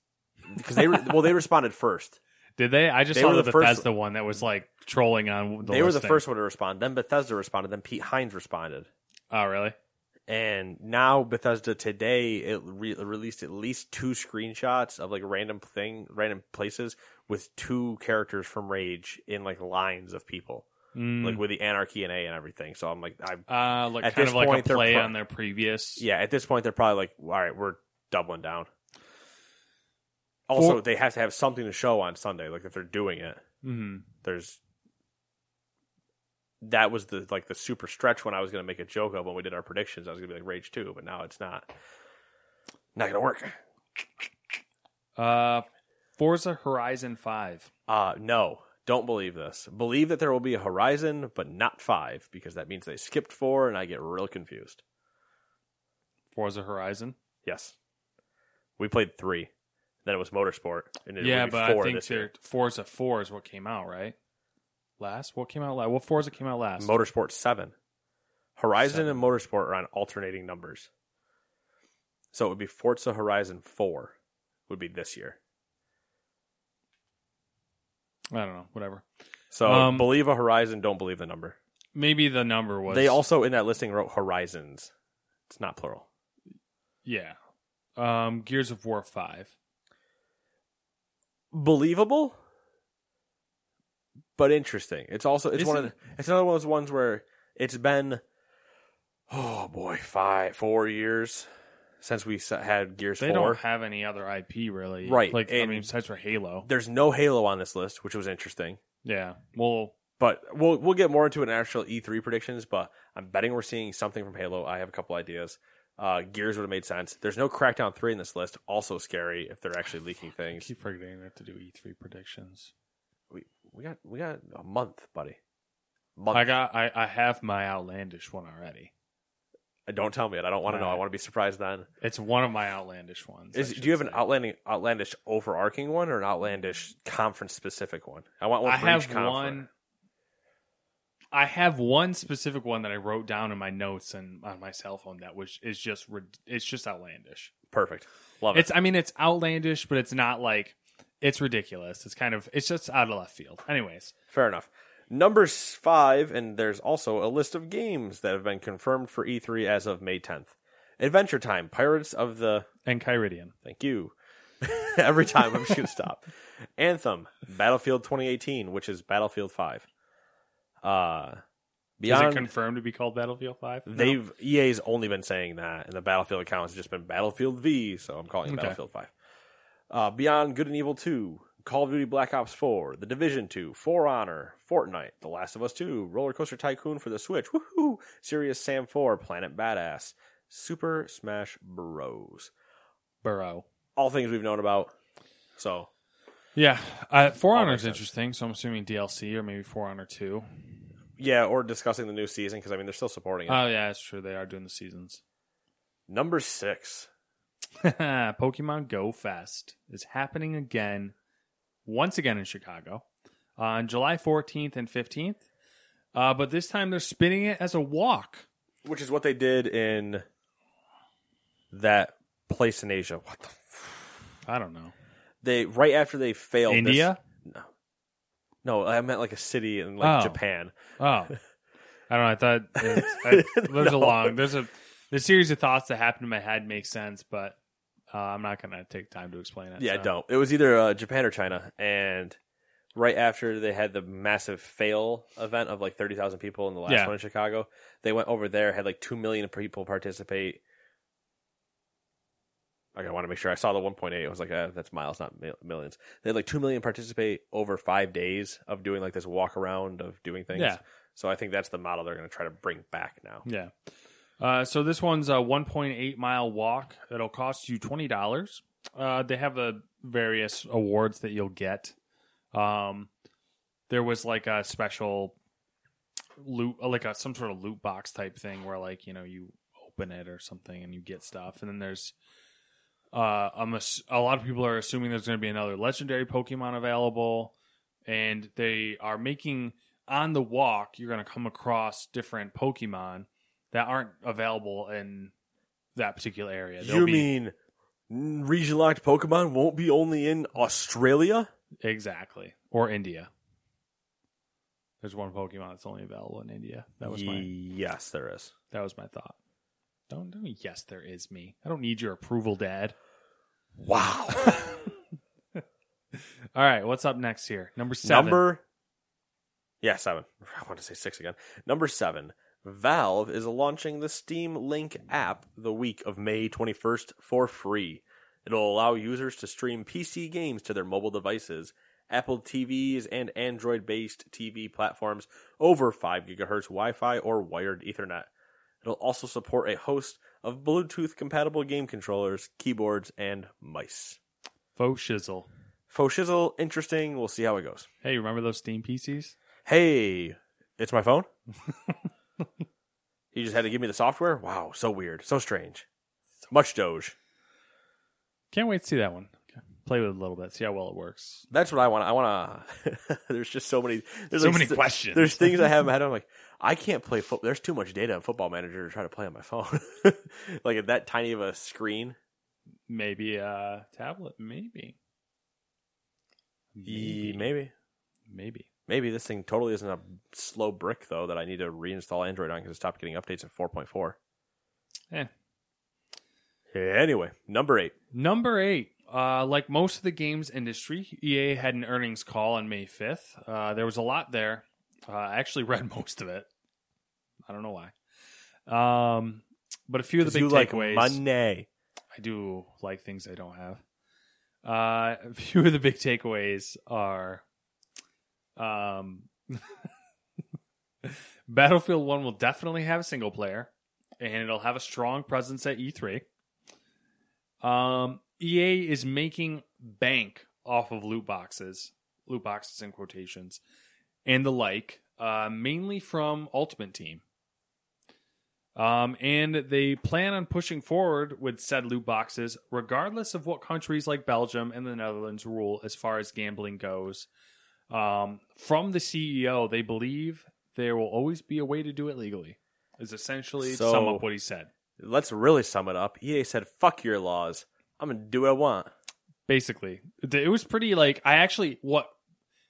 Because they re- well, they responded first.
Did they? I just
They
saw
were
the
the first-
Bethesda one that was like trolling on the
they were the
listing.
first one to respond. Then Bethesda responded. Then Pete Hines responded.
Oh, really?
And now Bethesda today it re- released at least two screenshots of like random thing, random places with two characters from Rage in like lines of people,
Mm.
like with the Anarchy and A and everything. So I'm like, I
Uh, like
At
kind
this
of like
point,
a
they're
play
pro-
on their previous.
yeah, at this point they're probably like, all right, we're doubling down. Also,
For-
they have to have something to show on Sunday. Like if they're doing it,
Mhm.
there's that was the like the super stretch when I was going to make a joke of when we did our predictions. I was going to be like Rage Two, but now it's not not going to work.
Uh, Forza Horizon Five.
Uh no, don't believe this. Believe that there will be a Horizon, but not five because that means they skipped four, and I get real confused.
Forza Horizon.
Yes, we played three. Then it was Motorsport, and it would
yeah,
be
but I
four
think
this year.
they're- Forza Four is what came out right. Last, what came out last? What Forza came out last?
Motorsport 7. Horizon
Seven.
and Motorsport are on alternating numbers. So it would be Forza Horizon 4 would be this year.
I don't know. Whatever.
So
Um,
believe a Horizon, don't believe the number.
Maybe the number was.
They also in that listing wrote Horizons. It's not plural.
Yeah. Um, Gears of War Five.
Believable, but interesting. It's also it's one of the,
Isn't-
it's another one of those ones where it's been oh boy five four years since we s- had Gears
They
4.
don't have any other IP really.
Right,
Like I
and-
mean, besides for Halo.
There's no Halo on this list, which was interesting.
Yeah. Well,
But we'll we'll get more into an actual E3 predictions. But I'm betting we're seeing something from Halo. I have a couple ideas. Uh, Gears would have made sense. There's no Crackdown three in this list. Also scary if they're actually leaking
I
things.
keep forgetting we have to do E3 predictions.
We we got we got a month, buddy. Month.
I got. I, I have my outlandish one already.
Don't tell me it. I don't want to know. I
Alright.
want to be surprised then.
It's one of my outlandish ones. I
Is, do
should
you have an
say.
outlanding, outlandish overarching one or an outlandish conference specific one? I want one.
I
for
have
each conference.
one. I have one specific one that I wrote down in my notes and on my cell phone that was is just rid- it's just outlandish.
Perfect. Love
It's
it.
I mean it's outlandish, but it's not like it's ridiculous. It's kind of it's just out of left field. Anyways,
Fair enough. Number s- five, and there's also a list of games that have been confirmed for E3 as of May 10th. Adventure Time, Pirates of the.
and Kyridian.
Thank you. Every time I'm just going to stop. Anthem, Battlefield 2018, which is Battlefield 5. Uh,
Is it
beyond.
confirmed to be called Battlefield Five? No?
They've EA's only been saying that, and the Battlefield account has just been Battlefield V, so I'm calling it
Okay.
Battlefield Five. Uh, Beyond Good and Evil Two, Call of Duty Black Ops Four, The Division Two, For Honor, Fortnite, The Last of Us Two, Roller Coaster Tycoon for the Switch, woohoo! Serious Sam Four, Planet Badass, Super Smash Bros.
Burrow.
All things we've known about. So
Yeah, uh, For
All
Honor
makes
is
sense.
interesting, so I'm assuming DLC or maybe For Honor Two.
yeah, or discussing the new season because I mean they're still supporting it.
Oh yeah, that's true. They are doing the seasons.
Number six.
Pokemon Go Fest is happening again, once again in Chicago, uh, on July 14th and 15th. Uh, but this time they're spinning it as a walk.
which is what they did in that place in Asia. What the? F-
I don't know.
they right after they failed this-
India?
no, I meant like a city in like
Oh.
Japan.
Oh, I don't know. I thought I, there's
No.
a long there's a the series of thoughts that happen in my head makes sense, but uh, I'm not gonna take time to explain it.
yeah,
so.
don't. It was either uh, Japan or China, and right after they had the massive fail event of like thirty thousand people in the last
Yeah.
one in Chicago, they went over there had like two million people participate. Like, I want to make sure I saw the 1.8. I was like, uh, that's miles, not mil- millions. They had like 2 million participate over five days of doing like this walk around of doing things.
Yeah.
So I think that's the model they're going to try to bring back now.
Yeah. Uh, so this one's a 1.8 mile walk. It'll cost you twenty dollars. Uh, they have the various awards that you'll get. Um, there was like a special loot, like a, some sort of loot box type thing where like you know you open it or something and you get stuff. And then there's uh, I'm ass- a lot of people are assuming there's going to be another legendary Pokemon available, and they are making on the walk you're going to come across different Pokemon that aren't available in that particular area. They'll be-
mean region locked Pokemon won't be only in Australia?
exactly or India? There's one Pokemon that's only available in India. That was my
yes, there is.
that was my thought. Don't don't yes, there is me. I don't need your approval, Dad.
Wow.
All right, what's up next here? Number seven.
Number Yeah, seven. I want to say six again. Number seven. Valve is launching the Steam Link app the week of May 21st for free. It'll allow users to stream PC games to their mobile devices, Apple TVs, and Android based TV platforms over 5 gigahertz Wi Fi or wired Ethernet. It'll also support a host of Bluetooth compatible game controllers, keyboards, and mice.
faux shizzle.
Faux shizzle, interesting. We'll see how it goes.
Hey, remember those Steam PCs?
hey, it's my phone. you just had to give me the software? Wow, so weird, so strange. Much doge.
Can't wait to see that one. Play with it a little bit, see how well it works.
That's what I want. I want to. there's just so many. There's
So
like
many
th-
questions.
There's things I have in my head. I'm like, I can't play football. There's too much data in Football Manager to try to play on my phone. like at that tiny of a screen.
Maybe a tablet, maybe.
Ye-
Maybe.
Maybe.
Maybe.
Maybe this thing totally isn't a slow brick though that I need to reinstall Android on because it stopped getting updates at 4.4.
Eh.
Anyway, number eight.
Number eight. Uh, like most of the games industry, EA had an earnings call on May 5th. Uh, there was a lot there. Uh, I actually read most of it. I don't know why. Um, but a few of the
'Cause
big
you like
takeaways.
money.
I do like things I don't have. Uh, a few of the big takeaways are um, Battlefield 1 will definitely have a single player, and it'll have a strong presence at E E3. Um, EA is making bank off of loot boxes, loot boxes in quotations, and the like, uh, mainly from Ultimate Team. Um, and they plan on pushing forward with said loot boxes, regardless of what countries like Belgium and the Netherlands rule as far as gambling goes. Um, from the CEO, they believe there will always be a way to do it legally. Is essentially to sum
So-
up what he said.
Let's really sum it up. EA said, "Fuck your laws. I'm gonna do what I want."
basically it was pretty like i actually what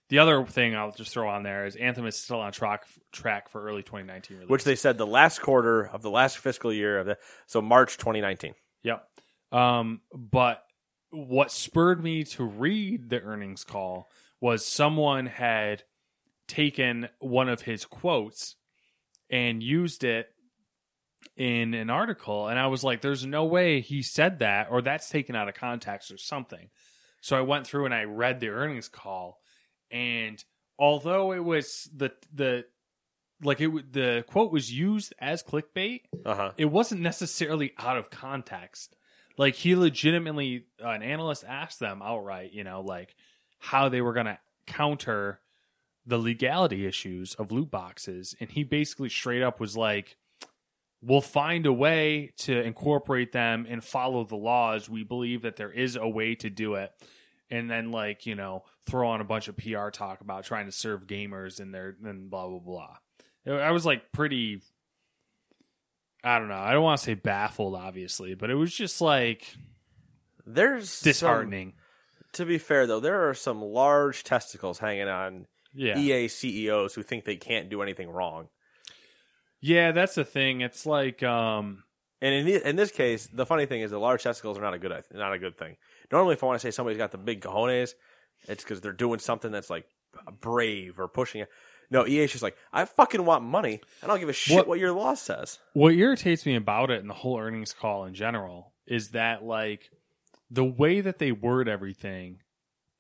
the other thing i'll just throw on there is anthem is still on track track for early 2019 release.
Which they said the last quarter of the last fiscal year of the so March 2019.
yep um but what spurred me to read the earnings call was someone had taken one of his quotes and used it in an article and i was like there's no way he said that or that's taken out of context or something so i went through and i read the earnings call and although it was the the like it w- the quote was used as clickbait
Uh huh.
it wasn't necessarily out of context. Like he legitimately, uh, an analyst asked them outright, you know, like how they were going to counter the legality issues of loot boxes, and he basically straight up was like, "We'll find a way to incorporate them and follow the laws. We believe that there is a way to do it." And then, like you know, throw on a bunch of PR talk about trying to serve gamers and their and blah blah blah. I was like pretty. I don't know. I don't want to say baffled, obviously, but it was just like
There's some-
disheartening.
to be fair though, there are some large testicles hanging on E
yeah,
EA CEOs who think they can't do anything wrong.
yeah, that's the thing. It's like, um,
And in, the, in this case, the funny thing is the large testicles are not a good not a good thing. Normally, if I want to say somebody's got the big cojones, it's because they're doing something that's like brave or pushing it. No, EA's just like, I fucking want money. I don't give a shit
What-
what, your law says.
what irritates me about it and the whole earnings call in general is that like the way that they word everything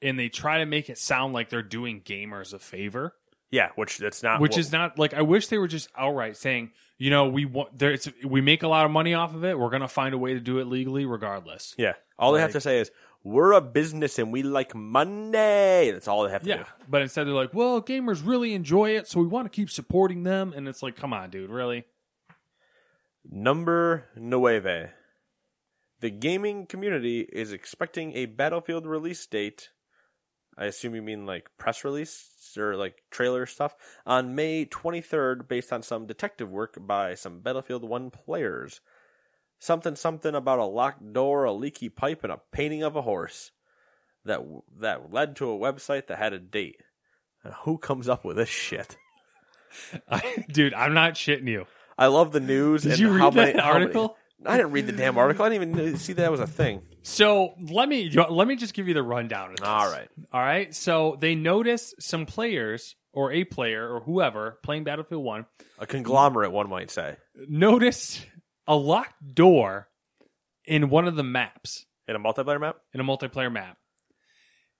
and they try to make it sound like they're doing gamers a favor
Yeah, which that's not.
which
what-
is not like I wish they were just outright saying, you know, we want there it's we make a lot of money off of it. We're gonna find a way to do it legally, regardless.
Yeah, all they have
Like-
to say is we're a business and we like money. That's all they have to
Yeah,
do.
but instead they're like, well, gamers really enjoy it, so we want to keep supporting them, and it's like, come on, dude, really?
Number nueve. The gaming community is expecting a Battlefield release date. I assume you mean like press release or like trailer stuff on May 23rd, based on some detective work by some Battlefield 1 players. Something, something about a locked door, a leaky pipe, and a painting of a horse that that led to a website that had a date. And who comes up with this shit?
dude, I'm not shitting you.
I love the news.
Did
and
you
how
read
many,
that
how many-
article?
I didn't read the damn article. I didn't even see that was a thing.
So let me let me just give you the rundown of this.
All right.
all right. So they notice some players or a player or whoever playing Battlefield One
A conglomerate, one might say,
noticed a locked door in one of the maps.
in a multiplayer map.
in a multiplayer map.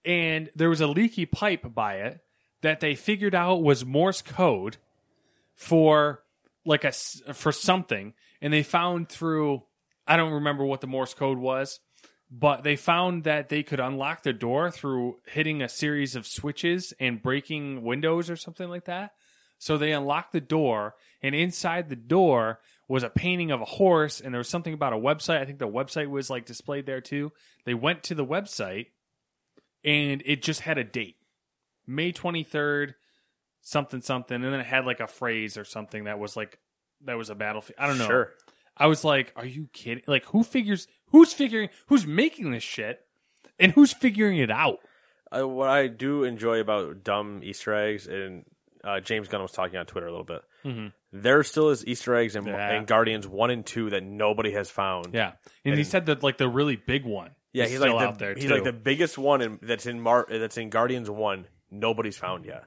And there was a leaky pipe by it that they figured out was Morse code for like a s- for something and they found through I don't remember what the Morse code was, but they found that they could unlock the door through hitting a series of switches and breaking windows or something like that. So they unlocked the door, and inside the door was a painting of a horse, and there was something about a website. I think the website was like displayed there too. They went to the website, and it just had a date, May twenty third, something something, and then it had like a phrase or something that was like that was a battlefield. I don't know.
Sure.
I was like, "Are you kidding? Like, who figures? Who's figuring? Who's making this shit? And who's figuring it out?"
Uh, what I do enjoy about dumb Easter eggs, and uh, James Gunn was talking on Twitter a little bit.
Mhm.
There still is Easter eggs in,
Yeah.
in Guardians one and two that nobody has found.
Yeah, and, he
And-
said that like the really big one.
yeah.
is
He's like
still
the,
out there.
he's
too.
like the biggest one in, that's in Mar- that's in Guardians one. Nobody's found yet.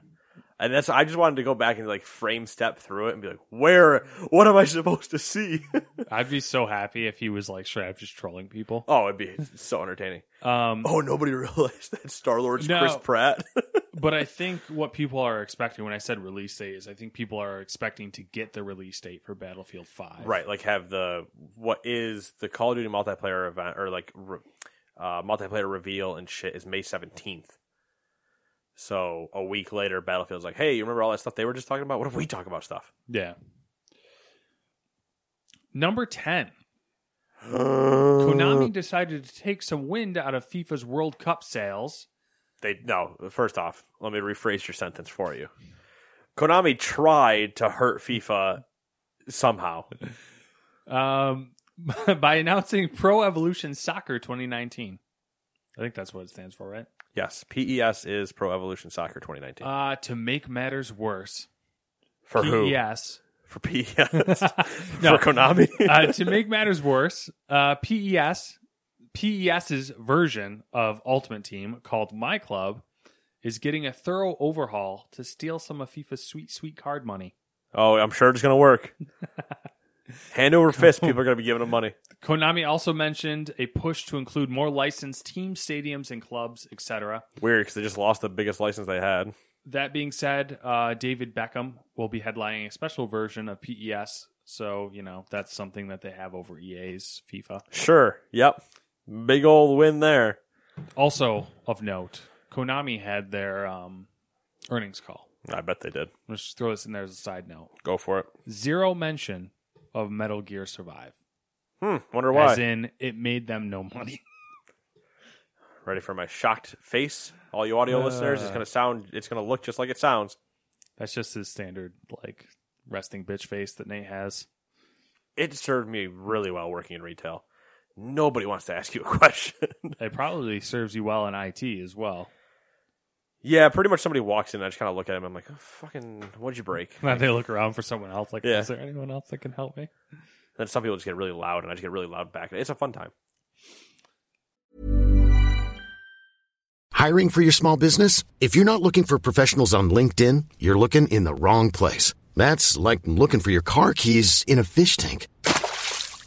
And that's I just wanted to go back and like frame step through it and be like, where? What am I supposed to see?
I'd be so happy if he was like straight up just trolling people.
oh, it'd be so entertaining.
Um,
Oh, nobody realized that Star Lord's
No.
Chris Pratt.
but I think what people are expecting when I said release date is I think people are expecting to get the release date for Battlefield Five.
right, like have the what is the Call of Duty multiplayer event or like re, uh, multiplayer reveal and shit is May seventeenth. So a week later, Battlefield's like, "Hey, you remember all that stuff they were just talking about? What if we talk about stuff?"
Yeah. Number ten.
Konami. Uh.
Konami decided to take some wind out of FIFA's World Cup sales
They no. First off, let me rephrase your sentence for you. Konami tried to hurt FIFA somehow.
um, by announcing Pro Evolution Soccer 2019. I think that's what it stands for, right?
Yes, PES is Pro Evolution Soccer 2019.
Uh, to make matters worse,
for who?
PES.
For PES.
E No.
For Konami.
uh, to make matters worse, uh, PES PES's E version of Ultimate Team called My Club is getting a thorough overhaul to steal some of FIFA's sweet sweet card money.
oh, I'm sure it's going to work. Hand over fist, people are going to be giving them money.
Konami also mentioned a push to include more licensed team stadiums and clubs, etc.
Weird, because they just lost the biggest license they had.
That being said, uh, David Beckham will be headlining a special version of PES. So, you know, that's something that they have over EA's FIFA.
Sure. Yep. Big old win there.
Also of note, Konami had their um, earnings call.
I bet they did.
Let's just throw this in there as a side note.
Go for it.
Zero mention of Metal Gear Survive.
Hmm. Wonder why.
As in, it made them no money.
Ready for my shocked face? All you audio listeners, it's
Uh.
gonna sound. It's gonna look just like it sounds.
That's just his standard, like, resting bitch face that Nate has.
It served me really well working in retail. Nobody wants to ask you a question.
It probably serves you well in IT as well.
yeah, pretty much. Somebody walks in, and I just kind of look at him. I'm like, oh, "Fucking, what'd you break?"
Now they look around for someone else, like,
Yeah.
is there anyone else that can help me?
Then some people just get really loud, and I just get really loud back. It's a fun time.
Hiring for your small business? If you're not looking for professionals on LinkedIn, you're looking in the wrong place. That's like looking for your car keys in a fish tank.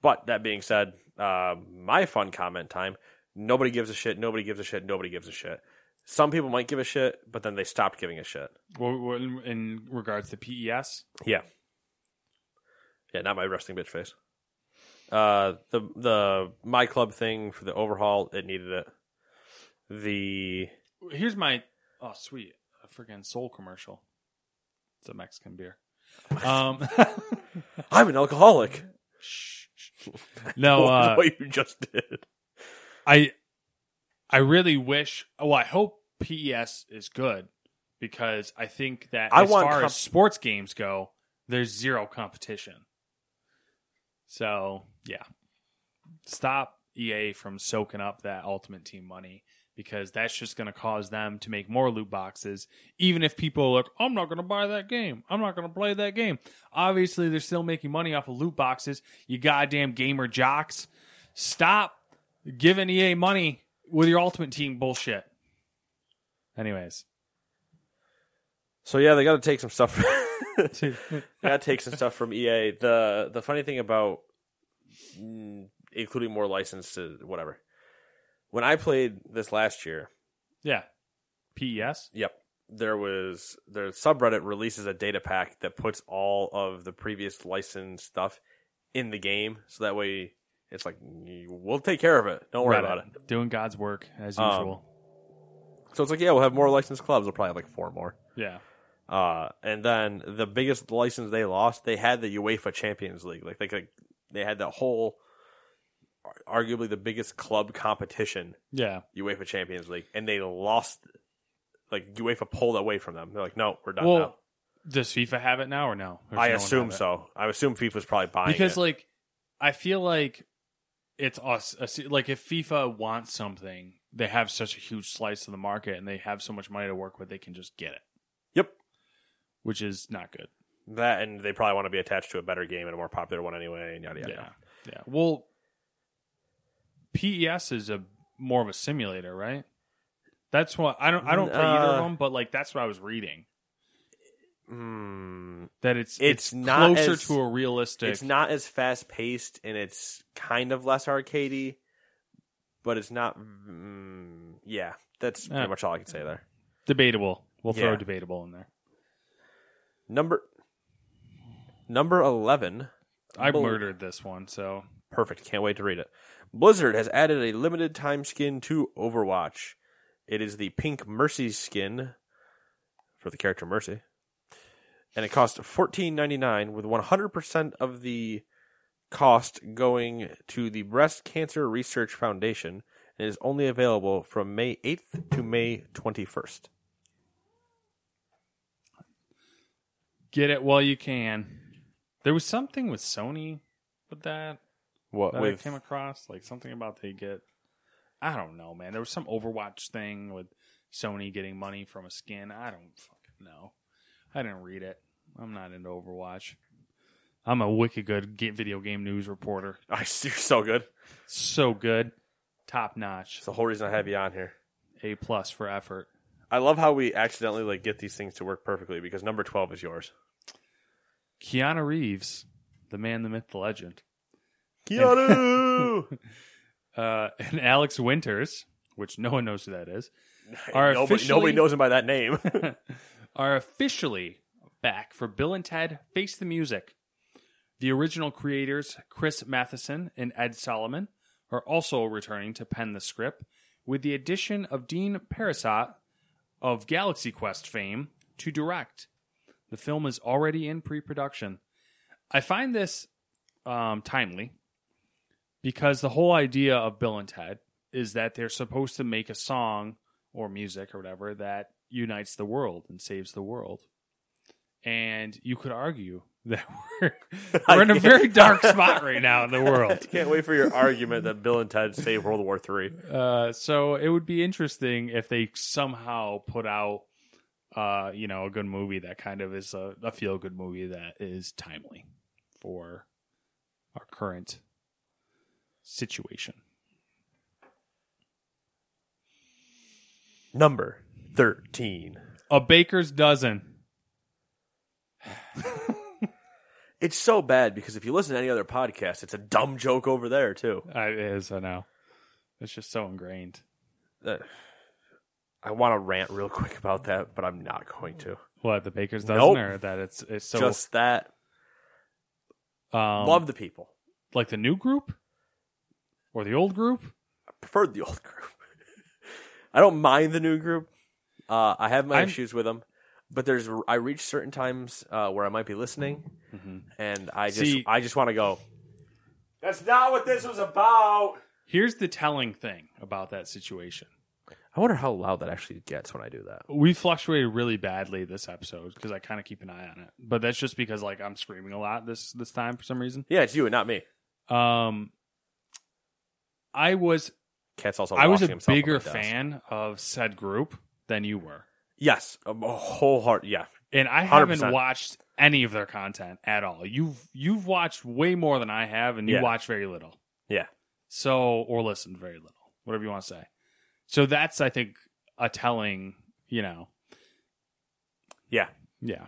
But that being said, uh, my fun comment time. Nobody gives a shit. Nobody gives a shit. Nobody gives a shit. Some people might give a shit, but then they stopped giving a shit.
Well, well, in, in regards to E PES,
Yeah. Yeah, not my wrestling bitch face. Uh, the the my club thing for the overhaul, it needed it. The
here's my oh sweet a freaking soul commercial. It's a Mexican beer. Um,
I'm an alcoholic.
no, uh,
what you just did.
I I really wish. Oh, I hope PES is good because I think that
I
as
want
far
comp-
as sports games go, there's zero competition. So yeah, stop EA from soaking up that Ultimate Team money because that's just going to cause them to make more loot boxes. Even if people are like, I'm not going to buy that game, I'm not going to play that game. Obviously, they're still making money off of loot boxes. You goddamn gamer jocks, stop giving EA E money with your Ultimate Team bullshit. Anyways,
So yeah, they got to take some stuff. they got to take some stuff from EA. The the funny thing about mm, including more licenses, whatever. When I played this last year,
yeah, E PES.
Yep. There was their subreddit releases a data pack that puts all of the previous licensed stuff in the game, so that way it's like we'll take care of it. Don't worry
Reddit,
about it.
Doing God's work as
Um,
usual.
So it's like, yeah, we'll have more licensed clubs. We'll probably have like four more.
yeah.
Uh, and then the biggest license they lost, they had the UEFA Champions League. Like they could, they had the whole, arguably the biggest club competition
Yeah.
UEFA Champions League, and they lost. Like UEFA pulled away from them. They're like, no, we're done
well,
now.
does FIFA have it now or no? Or does
I
no one
assume
have it?
so. I assume FIFA's probably buying
Because
it.
like, I feel like it's us. us- Like if FIFA wants something, they have such a huge slice of the market and they have so much money to work with, they can just get it,
yep,
which is not good.
That and they probably want to be attached to a better game and a more popular one anyway, and yada yada.
yeah.
yada.
Yeah. Well, PES is a more of a simulator, right? That's what I don't. I don't play either
Uh,
of them, but like that's what I was reading.
Mm,
That it's
It's not
closer
as-
to a realistic.
it's not as fast paced and it's kind of less arcadey, but it's not. Mm, yeah, that's
Uh.
pretty much all I can say there.
debatable. We'll throw
Yeah.
debatable in there.
Number number eleven.
I
Bull-
murdered this one, so
Perfect. Can't wait to read it. Blizzard has added a limited time skin to Overwatch. It is the pink Mercy skin for the character Mercy. And it costs fourteen ninety nine with one hundred percent of the cost going to the Breast Cancer Research Foundation and is only available from May eighth to May twenty first.
get it while you can. There was something with Sony with that
What
that I
with
came across, like something about they get. I don't know, man. There was some Overwatch thing with Sony getting money from a skin. I don't fucking know. I didn't read it. I'm not into Overwatch. I'm a wicked good ga- video game news reporter.
I you're so good.
So good, top notch,
It's the whole reason I have you on here.
A plus for effort.
I love how we accidentally like get these things to work perfectly because number twelve is yours.
Keanu Reeves, the man, the myth, the legend.
Keanu.
uh, and Alex Winters, which no one knows who that is, Are
nobody,
officially-
nobody knows him by that name.
are officially back for Bill and Ted Face the Music. The original creators, Chris Matheson and Ed Solomon, are also returning to pen the script, with the addition of Dean Parasot of Galaxy Quest fame to direct. The film is already in pre production. I find this um, timely because the whole idea of Bill and Ted is that they're supposed to make a song or music or whatever that unites the world and saves the world. And you could argue that we're, we're in a very dark spot right now in the world.
Can't wait for your argument that Bill and Ted save World War Three.
Uh, so it would be interesting if they somehow put out, uh, you know, a good movie that kind of is a, a feel good movie that is timely for our current situation.
Number thirteen.
A baker's dozen.
It's so bad because if you listen to any other podcast, it's a dumb joke over there too.
I, Uh, it is, I know. It's just so ingrained.
Uh, I want to rant real quick about that, but I'm not going to.
What the baker's dozen,
Nope.
or that it's it's so
Just that.
um,
Love the people.
like the new group or the old group.
preferred the old group. I don't mind the new group. Uh, I have my
I'm-
issues with them, but there's I reach certain times uh, where I might be listening, and I just
Mm-hmm. See-
I just want to go. That's not what this was about.
Here's the telling thing about that situation.
I wonder how loud that actually gets when I do that.
we fluctuated really badly this episode because I kind of keep an eye on it, but that's just because like I'm screaming a lot this this time for some reason.
Yeah, it's you and not me.
Um, I was
Cat's also.
I was
washing
a
himself on
bigger
my desk.
fan of said group than you were,
Yes, um, a a whole heart. Yeah,
and I
100%.
haven't watched any of their content at all. You've you've watched way more than I have, and you
Yeah.
watch very little.
yeah.
So, or listen very little, whatever you want to say. So that's I think a telling, you know,
Yeah,
yeah.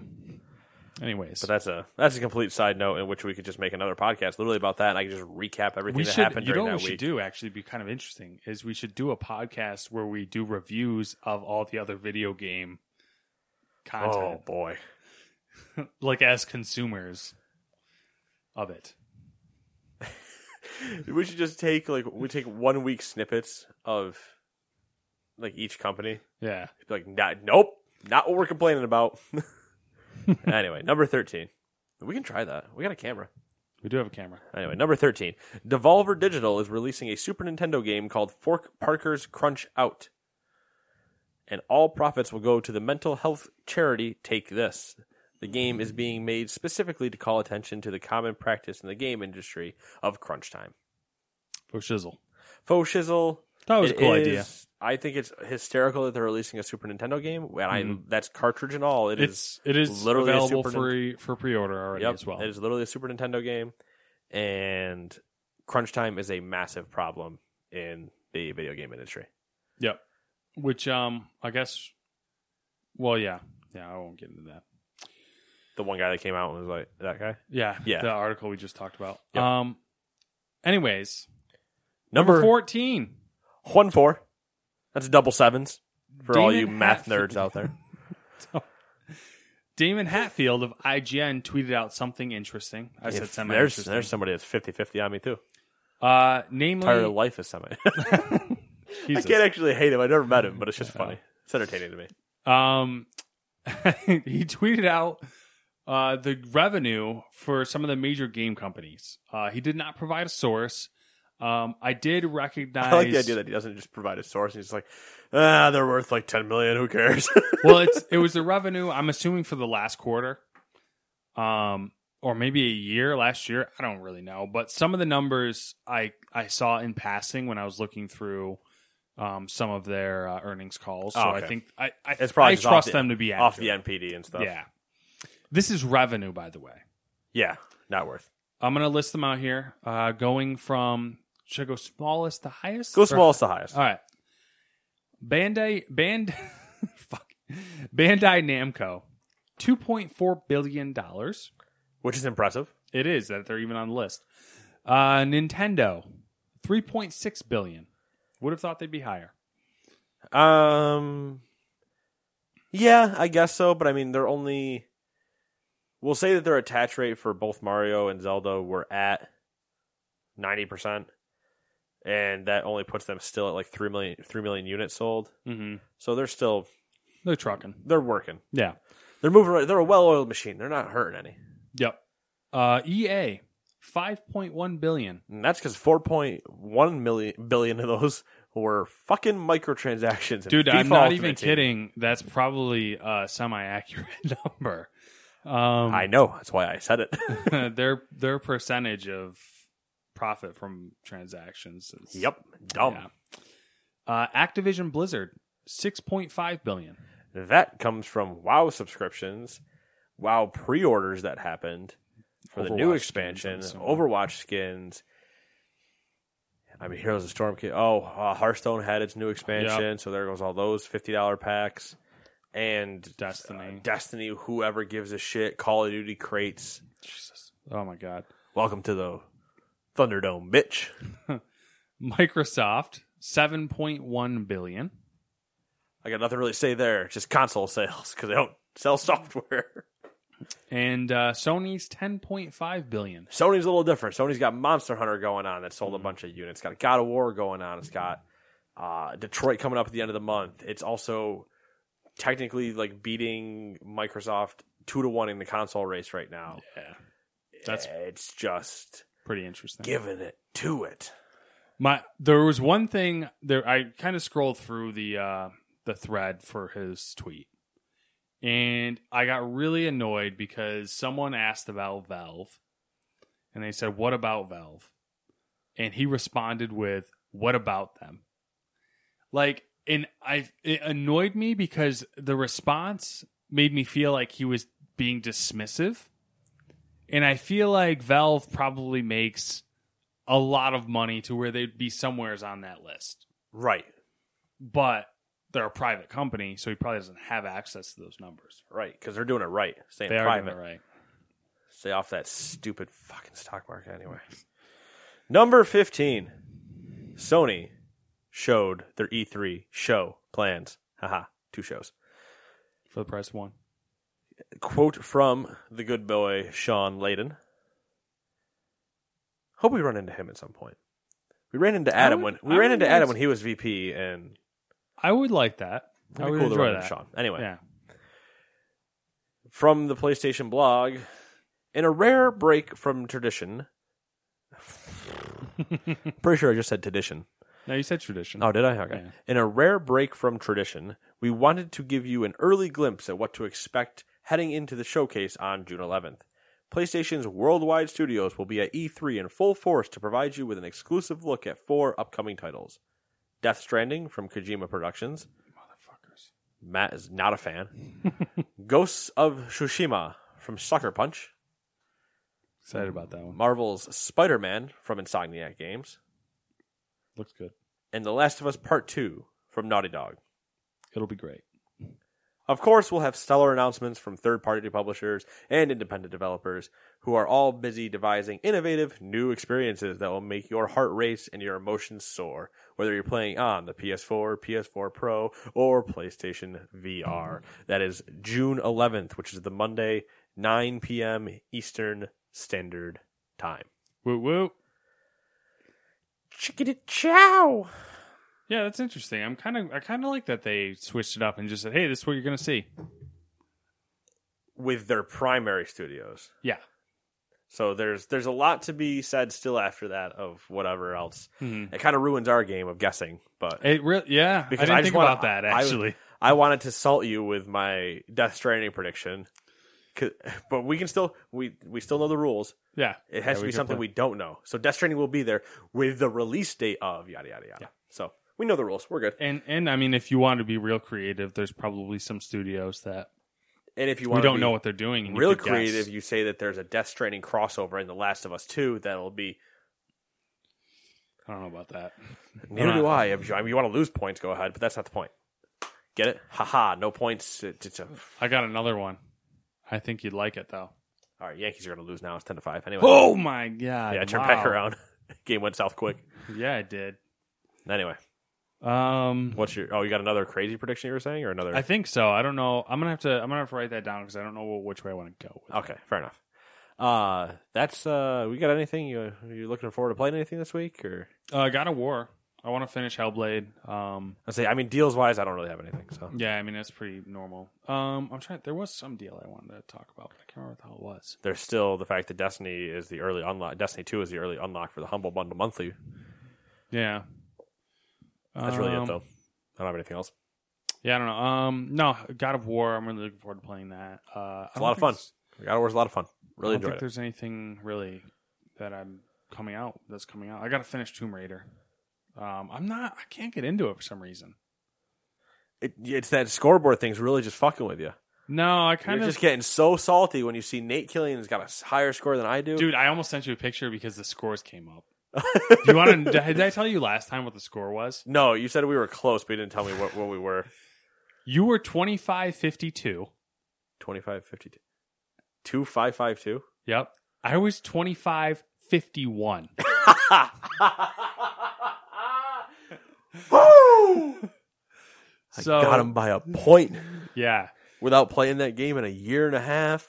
Anyways,
but that's a that's a complete side note in which we could just make another podcast literally about that, and I could just recap everything
we
that
should,
happened
you know
during
what
that
we should
week.
do actually be kind of interesting is we should do a podcast where we do reviews of all the other video game
oh
content
boy, Oh.
like as consumers of it
We should just take like we take one week snippets of like each company.
yeah
Like, nah, nope, not what we're complaining about. anyway, number thirteen. We can try that. We got a camera.
we do have a camera
Anyway, number thirteen. Devolver Digital is releasing a Super Nintendo game called Fork Parker's Crunch Out, and all profits will go to the mental health charity Take This. The game is being made specifically to call attention to the common practice in the game industry of crunch time.
for shizzle
faux shizzle.
That was a cool
is
idea.
I think it's hysterical that they're releasing a Super Nintendo game, and I, that's cartridge and all. It
Mm-hmm. it's
is
it is
literally a
available
Super
for for pre-order already
Yep,
as well.
It is literally a Super Nintendo game, and crunch time is a massive problem in the video game industry.
Yep. Which um I guess well yeah. Yeah, I won't get into that.
The one guy that came out and was like that guy.
Yeah,
Yeah.
the article we just talked about.
Yep.
Um anyways,
Number,
number 14.
one four. That's double sevens for all
Damon
you math
Hatfield.
nerds out there.
Damon Hatfield of IGN tweeted out something interesting. I said
If
semi
there's
interesting.
there's somebody that's 50-50 on me too.
uh namely
Entire life is semi. I
Jesus.
can't actually hate him. I never met him, but it's just funny. It's entertaining to me.
Um, he tweeted out uh, the revenue for some of the major game companies. Uh, he did not provide a source. Um, I did recognize.
I like the idea that he doesn't just provide a source. He's just like, ah, they're worth like ten million. Who cares?
well, it's it was the revenue. I'm assuming for the last quarter, um, or maybe a year last year. I don't really know, but some of the numbers I I saw in passing when I was looking through. Um, some of their uh, earnings calls, so
Oh, okay.
I think I I,
it's probably
I
just off
trust
the-
them to be
off the
accurate.
NPD and stuff.
Yeah, this is revenue, by the way.
yeah, not worth.
I'm gonna list them out here. Uh, going from should I go smallest to highest?
Go
Or-
smallest to highest.
All right. Bandai band fuck Bandai Namco, two point four billion dollars.
which is impressive.
It is that they're even on the list. Uh, Nintendo, three point six billion. Would have thought they'd be higher.
Um, yeah, I guess so. But I mean, they're only. We'll say that their attach rate for both Mario and Zelda were at ninety percent, and that only puts them still at like three million three million units sold.
Mm-hmm.
So they're still
They're trucking.
they're working.
Yeah.
They're moving. Right, they're a well oiled machine. They're not hurting any.
Yep. Uh, EA, five point one billion.
And that's because four point one million billion of those were fucking microtransactions. in
Dude, I'm
FIFA
not
Ultimate
even
Team.
kidding. That's probably a semi-accurate number. Um,
I know. That's why I said it.
their their percentage of profit from transactions. Is,
yep. Dumb.
Yeah. Uh, Activision Blizzard, six point five billion.
That comes from WoW subscriptions, WoW pre-orders that happened for the new
Overwatch
expansion,
skins and so on.
Overwatch skins. I mean, Heroes of Storm. Ki- Oh, uh, Hearthstone had its new expansion, so there goes all those fifty dollar packs. And uh,
Destiny.
Destiny, whoever gives a shit, Call of Duty crates.
Jesus. Oh my God.
Welcome to the Thunderdome, bitch.
Microsoft, seven point one billion.
I got nothing really to say there. It's just console sales because they don't sell software.
And uh, Sony's ten point five billion.
Sony's a little different. Sony's got Monster Hunter going on that sold
Mm-hmm.
a bunch of units. It's got God of War going on. It's got uh, Detroit coming up at the end of the month. It's also technically like beating Microsoft two to one in the console race right now.
Yeah, that's
It's just
pretty interesting.
giving it to it.
My there was one thing there I kind of scrolled through the uh the thread for his tweet. And I got really annoyed because someone asked about Valve and they said, "What about Valve?" And he responded with, "What about them?" Like and I it annoyed me because the response made me feel like he was being dismissive. And I feel like Valve probably makes a lot of money to where they'd be somewheres on that list.
Right,
But they're a private company, so he probably doesn't have access to those numbers.
right, because they're doing it right. Staying
They are
private.
doing it right.
Stay off that stupid fucking stock market anyway. Number 15. Sony showed their E3 show plans. Haha, two shows.
For the price of one.
Quote from the good boy Sean Layden. Hope we run into him at some point. We ran into Adam
would-
when we
I
ran
would
into
like
Adam
to-
when he was VP, and
I would like that.
it'd
I
be
would
cool to
enjoy
run into
that.
Sean. Anyway,
Yeah.
from the PlayStation blog, in a rare break from tradition. Pretty sure I just said tradition.
Now you said tradition.
Oh, did I? Okay.
Yeah.
In a rare break from tradition, we wanted to give you an early glimpse at what to expect heading into the showcase on June 11th. PlayStation's worldwide E studios will be at E3 in full force to provide you with an exclusive look at four upcoming titles Death Stranding from Kojima Productions. Motherfuckers. Matt is not a fan. Ghosts of Tsushima from Sucker Punch.
Excited about that one.
Marvel's Spider Man from Insomniac Games.
Looks good.
And The Last of Us Part 2 from Naughty Dog.
It'll be great.
Of course, we'll have stellar announcements from third party publishers and independent developers who are all busy devising innovative new experiences that will make your heart race and your emotions soar, whether you're playing on the PS4, PS4 Pro, or PlayStation VR. That is June 11th, which is the Monday, 9 p.m. Eastern Standard Time.
Woo woo.
Chickadee chow!
Yeah, that's interesting. I'm kind of I kind of like that they switched it up and just said, "Hey, this is what you're going to see."
With their primary studios.
Yeah.
So there's there's a lot to be said still after that of whatever else.
Mm-hmm.
It kind of ruins our game of guessing, but
It really yeah. I
Because
didn't
I just
think
wanna-
about that
I-
actually.
I wanted to salt you with my Death Stranding prediction. 'Cause- But we can still we we still know the rules.
yeah.
It has
Yeah,
to
we
be
could
something
play.
we don't know. So Death Stranding will be there with the release date of yada yada yada. So we know the rules. We're good.
And and I mean, if you want to be real creative, there's probably some studios that
And if you
we
want,
don't know what they're doing. And you
real
could guess.
creative, you say that there's a Death Stranding crossover in The Last of Us Two. That'll be
I don't know about that.
neither do I. If you, I mean, you want to lose points, go ahead. But that's not the point. Get it? Haha, no points. It- it's a-
I got another one. I think you'd like it though.
all right, Yankees are going to lose now. It's ten to five. Anyway,
Oh my god!
yeah, turn
wow.
back around. Game went south quick.
Yeah, I did.
Anyway,
Um,
what's your? Oh, you got another crazy prediction you were saying, or another?
I think so. I don't know. I'm gonna have to. I'm gonna have to write that down because I don't know which way I want to go. With. it.
okay, fair enough. Uh, that's uh, we got anything you you looking forward to playing anything this week or?
Uh, God of War. I want to finish Hellblade. Um,
I say, I mean, deals wise, I don't really have anything. So
yeah, I mean that's pretty normal. Um, I'm trying. There was some deal I wanted to talk about, but I can't remember what the hell it was.
there's still the fact that Destiny is the early unlock. Destiny Two is the early unlock for the Humble Bundle monthly.
Yeah,
That's really
Um,
it, though. I don't have anything else.
Yeah, I don't know. Um, no, God of War. I'm really looking forward to playing that. Uh, I
It's a
don't
lot of
think
fun.
s-
God of War's a lot of fun. Really
I
enjoyed
don't think
it.
there's anything really that I'm coming out that's coming out. I got to finish Tomb Raider. Um, I'm not. I can't get into it for some reason.
it. It's that scoreboard thing's really just fucking with you.
No, I kind
You're
of
just getting so salty when you see Nate Killian's got a s- higher score than I do.
Dude, I almost sent you a picture because the scores came up. Do you want to? Did I tell you last time what the score was?
No, you said we were close, but you didn't tell me what, what we were.
You were 25 52.
25, 52. 2552?
Yep. I was 25 51. so,
I got him by a point
yeah.
without playing that game in a year and a half.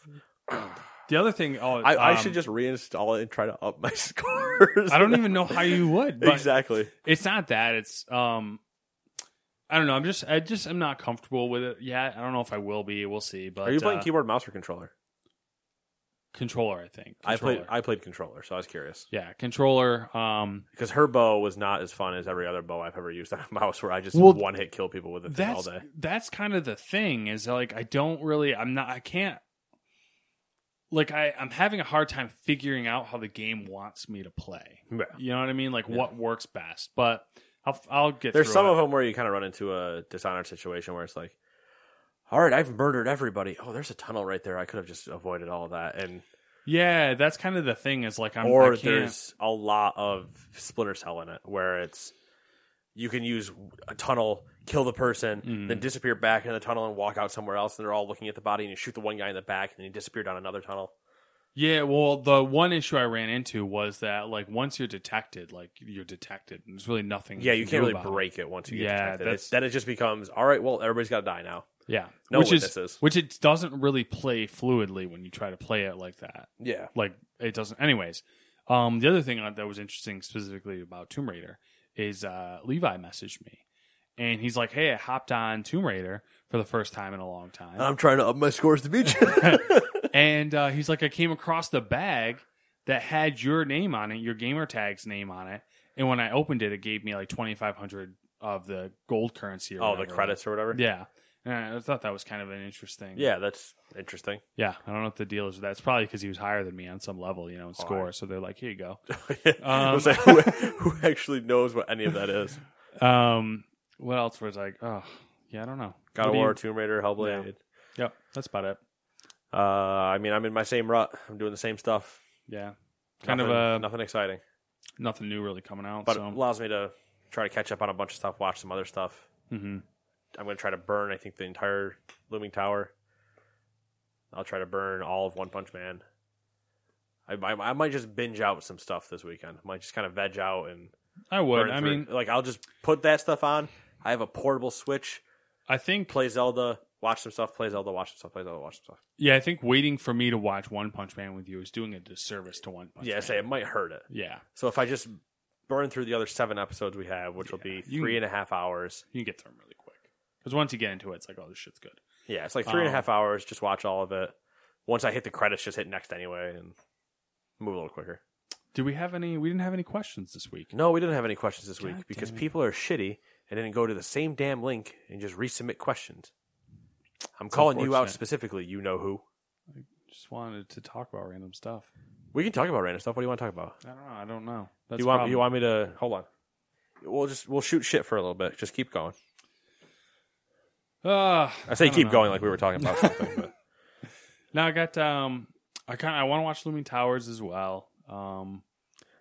The other thing, oh,
I, I
um,
should just reinstall it and try to up my scores.
I don't even know how you would. But
exactly.
It's not that. It's, um, I don't know. I'm just, I just, I'm not comfortable with it yet. I don't know if I will be. We'll see. But
Are you playing
uh,
keyboard, mouse, or controller?
controller? I think.
I played.
Controller.
I played controller, so I was curious
yeah, controller. Um,
because her bow was not as fun as every other bow I've ever used on a mouse, where I just
Well,
one hit kill people with it all
that's
day.
that's kind of the thing is like I don't really I'm not I can't like I I'm having a hard time figuring out how the game wants me to play.
Yeah.
You know what I mean? Like what works best, but I'll I'll get.
There's
through
some
it.
of them where you kind of run into a dishonored situation where it's like, all right, I've murdered everybody. Oh, there's a tunnel right there. I could have just avoided all of that. And
Yeah, that's kind of the thing is like I'm. I
or
can't-
there's a lot of Splinter Cell in it where it's you can use a tunnel, kill the person,
Mm-hmm.
then disappear back in the tunnel and walk out somewhere else. And they're all looking at the body, and you shoot the one guy in the back, and then you disappear down another tunnel.
Yeah, well, the one issue I ran into was that like once you're detected, like you're detected, and there's really nothing.
Yeah, you
can
can't
do
really
about it.
break it once you get
Yeah,
detected. It's,
that's-
then it just becomes all right. Well, everybody's got to die now.
Yeah,
No
which
witnesses.
is which it doesn't really play fluidly when you try to play it like that.
Yeah,
like it doesn't anyways um the other thing that was interesting specifically about tomb raider is uh levi messaged me and he's like hey i hopped on tomb raider for the first time in a long time
I'm trying to up my scores to beat you.
and uh, he's like i came across the bag that had your name on it your gamer tag's name on it and when i opened it it gave me like 2500 of the gold currency or
oh, the
whatever.
credits or whatever.
yeah and i thought that was kind of an interesting
yeah, that's interesting.
yeah, I don't know if the deal is with that. It's probably because he was higher than me on some level, you know, in score. So they're like, "Here you go."
I was like, who, who actually knows what any of that is?
Um, what else was like? Oh, yeah, I don't know.
God
What
of
do you-
War, Tomb Raider, Hellblade.
Yep, that's about it.
Uh, I mean, I'm in my same rut. I'm doing the same stuff.
Yeah, kind
nothing,
of a nothing.
nothing exciting,
new really coming out.
but
so.
it allows me to try to catch up on a bunch of stuff, watch some other stuff.
Mhm.
I'm going to try to burn. I think the entire Looming Tower. I'll try to burn all of One Punch Man. I, I, I might just binge out some stuff this weekend. I might just kind of veg out and.
I would.
burn
I
through.
mean,
like I'll just put that stuff on. I have a portable Switch.
I think
Play Zelda. Watch some stuff. Play Zelda. Watch some stuff. Play Zelda. Watch some stuff.
yeah, I think waiting for me to watch One Punch Man with you is doing a disservice to One Punch.
yeah, I
Man.
say it might hurt it.
yeah,
So if I just burn through the other seven episodes we have, which will be
Yeah, you-
three and a half hours.
you can get through them really quick because once you get into it, it's like, oh, this shit's good.
Yeah, it's like three and a
Um,
half hours. Just watch all of it. Once I hit the credits, just hit next anyway and move a little quicker.
Do we have any? We didn't have any questions this week.
No, we didn't have any questions this
God
week because
damn it.
people are shitty and didn't go to the same damn link and just resubmit questions. I'm calling you out
unfortunate.
specifically. You know who.
Just wanted to talk about random stuff.
We can talk about random stuff. What do you want to talk about?
I don't know. I don't know. That's
you want
the
you
problem.
want me to hold on? We'll just we'll shoot shit for a little bit. Just keep going.
Ah,
I say
don't
keep
know.
going like we were talking about something. But
Now I got um, I kind of I want to watch Looming Towers as well. Um,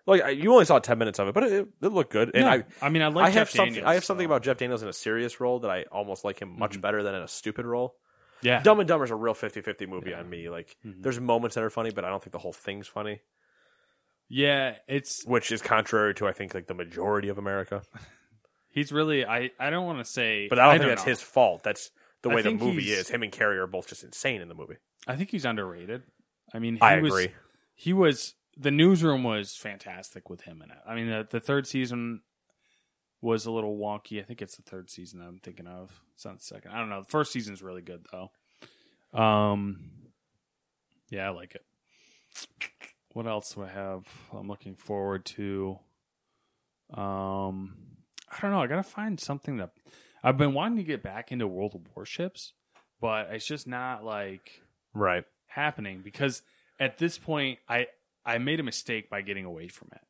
like I- you only saw ten minutes of it, but it, it looked good. And
no,
I
I mean I like
I have
Jeff
something
Daniels,
I have something
so- Mm-hmm.
about Jeff Daniels in a serious role that I almost like him much better than in a stupid role.
yeah.
Dumb and Dumber is a real 50-50 movie on me. Like
Mhm.
there's moments that are funny, but I don't think the whole thing's funny,
Yeah, it's
which is contrary to I think like the majority of America.
he's really I I don't want to say,
But I don't think that's
know.
his fault. That's the
I
way the
think
movie
he's-
is. Him and Carrie are both just insane in the movie.
I think he's underrated. I mean, he
I
was,
agree.
He was the newsroom was fantastic with him in it. I mean, the, the third season was a little wonky. I think it's the third season I'm thinking of. It's not the second. I don't know. The first season's really good though. Um, yeah, I like it. What else do I have? I'm looking forward to. Um, I don't know. I gotta find something that I've been wanting to get back into World of Warships, but it's just not like
Right.
happening because at this point I I made a mistake by getting away from it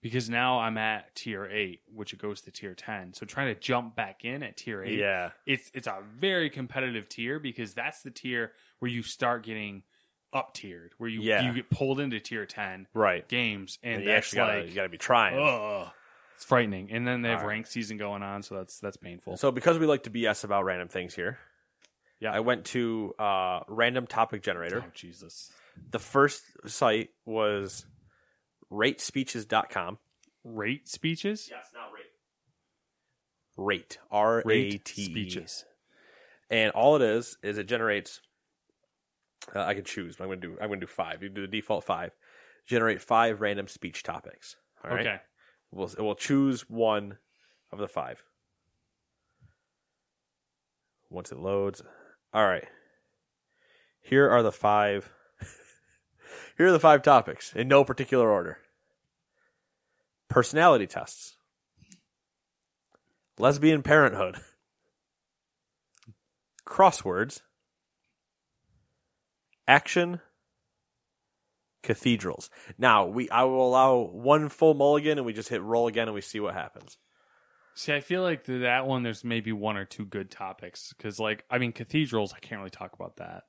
because now I'm at tier 8 which it goes to tier 10 so trying to jump back in at tier 8
Yeah.
it's it's a very competitive tier because that's the tier where you start getting up tiered where you
Yeah.
you get pulled into tier 10
Right.
games and,
and, you
that's
actually gotta,
like
you gotta be trying.
ugh, it's frightening and then they have
All right.
ranked season going on so that's that's painful
So because we like to BS about random things here,
Yeah.
I went to uh, random topic
oh
generator.
Jesus
The first site was ratespeeches.com.
rate speeches
Yes, not rate. Rate R A
Rate
T E.
speeches.
And all it is is it generates. Uh, I can choose. But I'm gonna do. I'm gonna do five. You do the default five. Generate five random speech topics. All right.
okay
We'll we'll choose one of the five. Once it loads, all right. Here are the five. Here are the five topics in no particular order. Personality tests. Lesbian parenthood. Crosswords. Action cathedrals. Now we I will allow one full mulligan and we just hit roll again and we see what happens.
See, I feel like th- that one. There's maybe one or two good topics because, like, I mean, cathedrals. I can't really talk about that.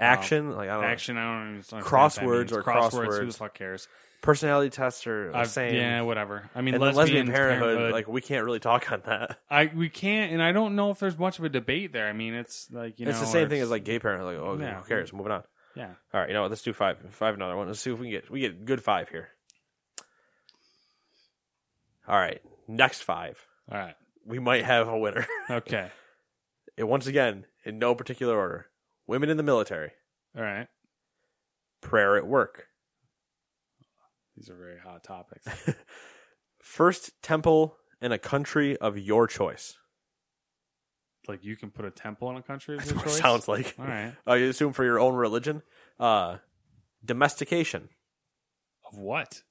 Action, like I don't
Action. I don't understand.
Crosswords or
Who the
crosswords.
fuck cares?
know. Personality tests are the
I've-
same.
yeah, whatever. I mean,
and then
lesbian,
lesbian parenthood,
parenthood.
like we can't really talk on that.
I we can't, and I don't know if there's much of a debate there. I mean, it's like you know,
it's the same
or
thing
it's-
as like gay parenthood. Like, oh,
Yeah.
who cares? Moving on.
yeah.
All right, you know what? Let's do five. Five another one. Let's see if we can get we get good five here. All right, next five.
All right,
We might have a winner.
okay,
and once again, in no particular order. Women in the military.
all right.
Prayer at work.
These are very hot topics.
First temple in a country of your choice.
like, you can put a temple in a country. Of
That's
your
what it
choice?
sounds like.
All right.
I assume for your own religion. Uh, domestication.
Of what?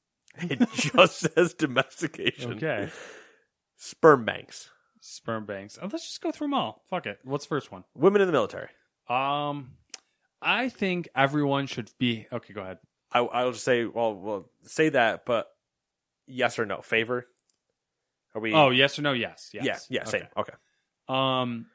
It just says domestication.
Okay.
Sperm banks.
Sperm banks. Oh, let's just go through them all. Fuck it. What's the first one?
Women in the military.
Um, I think everyone should be okay. Go ahead.
I, I'll just say, well, well, say that, but yes or no. Favor? Are we?
Oh, yes or no? Yes. Yes.
yeah, yeah, same. Okay.
Um,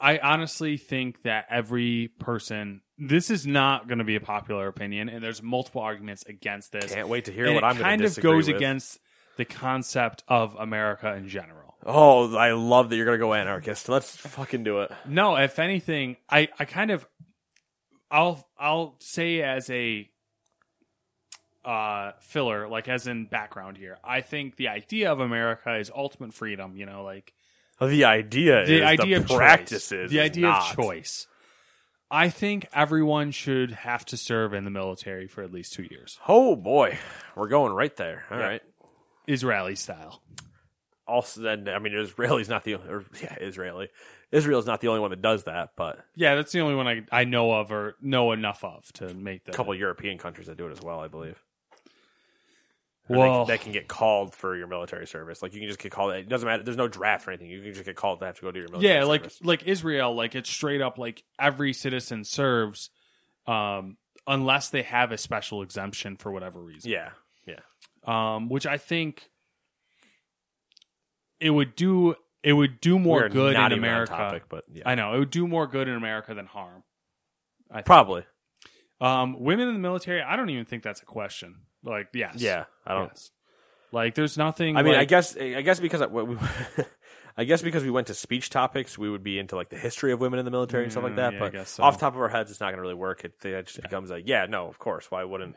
I honestly think that every person, this is not going to be a popular opinion, and there's multiple arguments against this.
Can't wait to hear
And
what
it
I'm gonna
kind of
disagree
goes
with.
against the concept of America in general.
Oh, I love that you're gonna go anarchist. Let's fucking do it.
No, if anything, I, I kind of, I'll I'll say as a uh filler, like as in background here. I think the idea of America is ultimate freedom. You know, like
The idea is
the idea
the
of
practices.
choice.
is
the idea
not.
of choice i think everyone should have to serve in the military for at least two years
Oh boy, we're going right there. All right.
Yeah. israeli style
Also, then I mean, Israeli's not the or, yeah Israeli. Israel's not the only one that does that, but
yeah that's the only one i, I know of or know enough of to make
a
that
couple European countries that do it as well, I believe. Or they-
well
they, can get called for your military service. Like you can just get called. It doesn't matter. There's no draft or anything. You can just get called to have to go do your military.
yeah like
service.
like israel like it's straight up like every citizen serves um unless they have a special exemption for whatever reason
yeah, yeah.
um which i think it would do it would do more
We're
good
not
in
even on
america
topic, but yeah,
I know it would do more good in America than harm. I think.
probably.
Um, women in the military, I don't even think that's a question. Like, yes,
Yeah, I don't.
Yes. Like, there's nothing.
I mean, I
like-
guess I guess because I, we, I guess because we went to speech topics, we would be into like the history of women in the military and stuff like
Yeah,
that.
Mm, yeah, I
but
guess so.
off the top of our heads, it's not going to really work. It, it just becomes like, yeah, no, of course. Why wouldn't?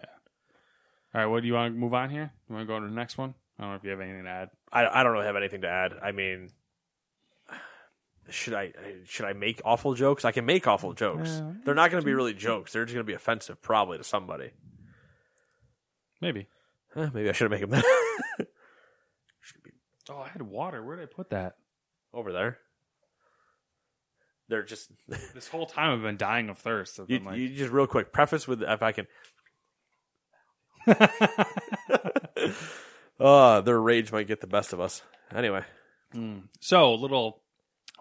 All right, what do you want to move on here? You want to go on to the next one? I don't know if you have anything to add.
I, I don't really have anything to add. I mean, should I should I make awful jokes? I can make
Mm,
awful jokes. They're not going to be really jokes. They're just going to be offensive, probably to somebody.
Maybe.
Eh, maybe I should make them
Oh, I had water. Where did I put that?
over there. They're just
This whole time I've been dying of thirst. I've
you,
been like,
you just real quick preface with if I can. Uh, their rage might get the best of us. Anyway.
so little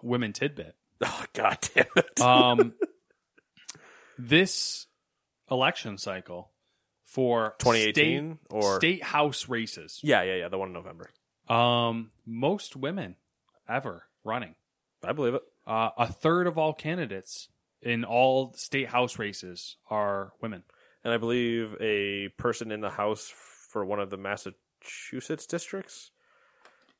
women tidbit.
Oh god damn it.
Um, this election cycle for
2018
state-
or-
state house races.
yeah, yeah, yeah. The one in November.
Um, most women ever running.
I believe it.
Uh, a third of all candidates in all state house races are women.
And I believe a person in the house for one of the Massachusetts districts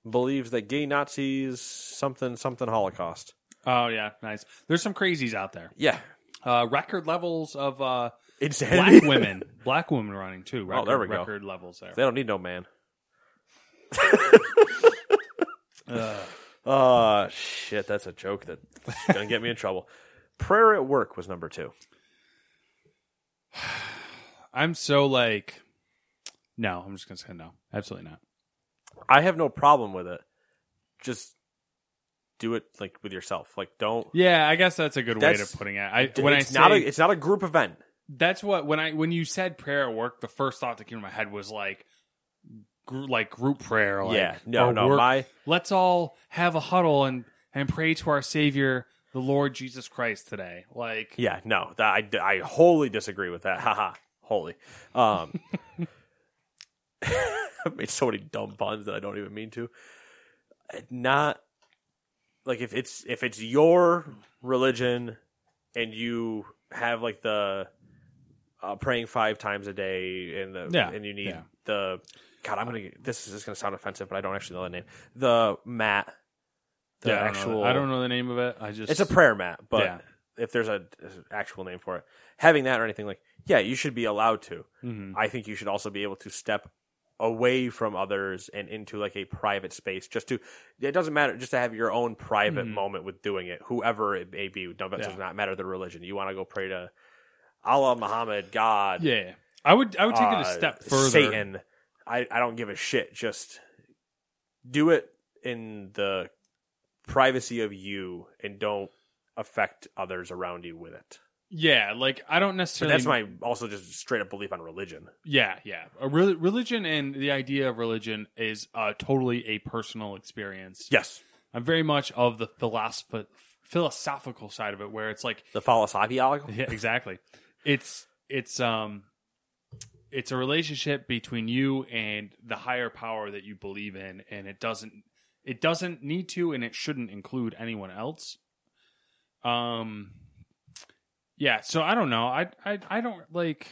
believes that gay Nazis something something Holocaust.
Oh yeah, nice. There's some crazies out there.
Yeah.
Uh, record levels of uh,
Insanity.
black women, black women running too. Record,
Oh, there we go.
Record levels there.
they don't need no man.
Ugh.
Oh shit, that's a joke that's gonna get me in trouble. Prayer at work was number two.
I'm so like, no. I'm just gonna say no. Absolutely not.
I have no problem with it. Just do it like with yourself. Like don't
Yeah, I guess that's a good way
That's-
to putting it. I
D-
when
it's
I say
not a, it's not a group event.
that's what when I when you said prayer at work, the first thought that came to my head was like, gr- like group prayer. Like,
Yeah. No,
or
no, my-
let's all have a huddle and and pray to our Savior, the Lord Jesus Christ, today. Like,
Yeah, no, that, I I wholly disagree with that. Haha, wholly. Um, I've made so many dumb puns that I don't even mean to. Not like if it's if it's your religion and you have like the uh, praying five times a day and the
Yeah,
and you need
yeah.
the God. I'm gonna get- this is, this is gonna sound offensive, but I don't actually know the name. The mat. The
yeah, I don't know-
actual.
I don't know the name of it. I just
It's a prayer mat, but
Yeah.
if there's a there's an actual name for it, having that or anything like, yeah, you should be allowed to.
Mm-hmm.
I think you should also be able to step away from others and into like a private space, just to. It doesn't matter, just to have your own private moment with doing it, whoever it may be. No, that
Mm-hmm. Yeah.
does not matter the religion. You want to go pray to Allah, Muhammad, God,
Yeah, I would I would take it a
uh,
step further.
Satan. I, I don't give a shit. Just do it in the privacy of you and don't affect others around you with it.
Yeah, like I don't
But
necessarily.
that's my also just straight up belief on religion.
Yeah, yeah. A re- religion and the idea of religion is uh, totally a personal experience.
Yes.
I'm very much of the philosoph- philosophical side of it, where it's like,
The philosophy
yeah, exactly. It's it's um, it's a relationship between you and the higher power that you believe in and it doesn't it doesn't need to and it shouldn't include anyone else um yeah so i don't know i i, I don't like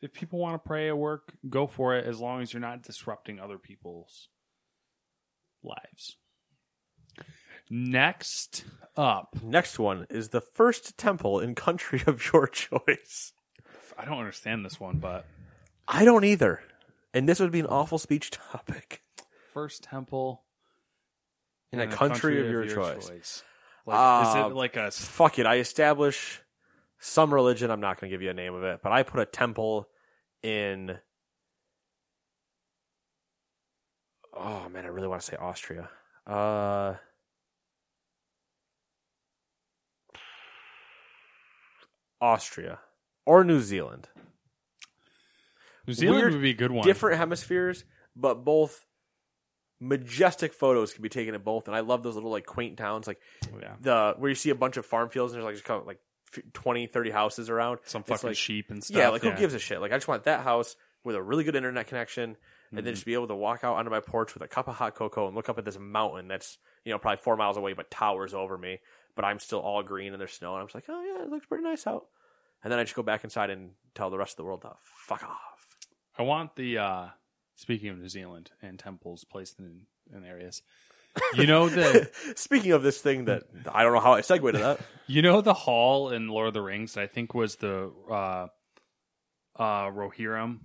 if people want to pray at work go for it as long as you're not disrupting other people's lives next up
Next one is the first temple in country of your choice.
i don't understand this one but
I don't either. And this would be an awful speech topic.
first temple
In a
the
country of your choice.
Like,
Uh,
is it like a s-
Fuck it. I establish some religion. I'm not going to give you a name of it, but I put a temple in. Oh man, I really want to say Austria. Uh, Austria or New Zealand.
New Zealand
weird,
would be a good one.
different hemispheres, but both majestic photos can be taken at both. And I love those little like quaint towns, like
Oh, yeah.
the where you see a bunch of farm fields and there's like just kind of, like f- 20, 30 houses around.
Some
It's
fucking
like,
sheep and stuff.
Yeah, like who gives a shit? Like I just want that house with a really good internet connection,
Mm-hmm.
and then just be able to walk out onto my porch with a cup of hot cocoa and look up at this mountain that's you know probably four miles away but towers over me. But I'm still all green and there's snow, and I'm just like, oh yeah, it looks pretty nice out. And then I just go back inside and tell the rest of the world to fuck off.
I want the uh speaking of New Zealand and temples placed in, in areas. You know the
Speaking of this thing that I don't know how I segued to that.
you know the hall in Lord of the Rings that I think was the uh uh Rohirrim,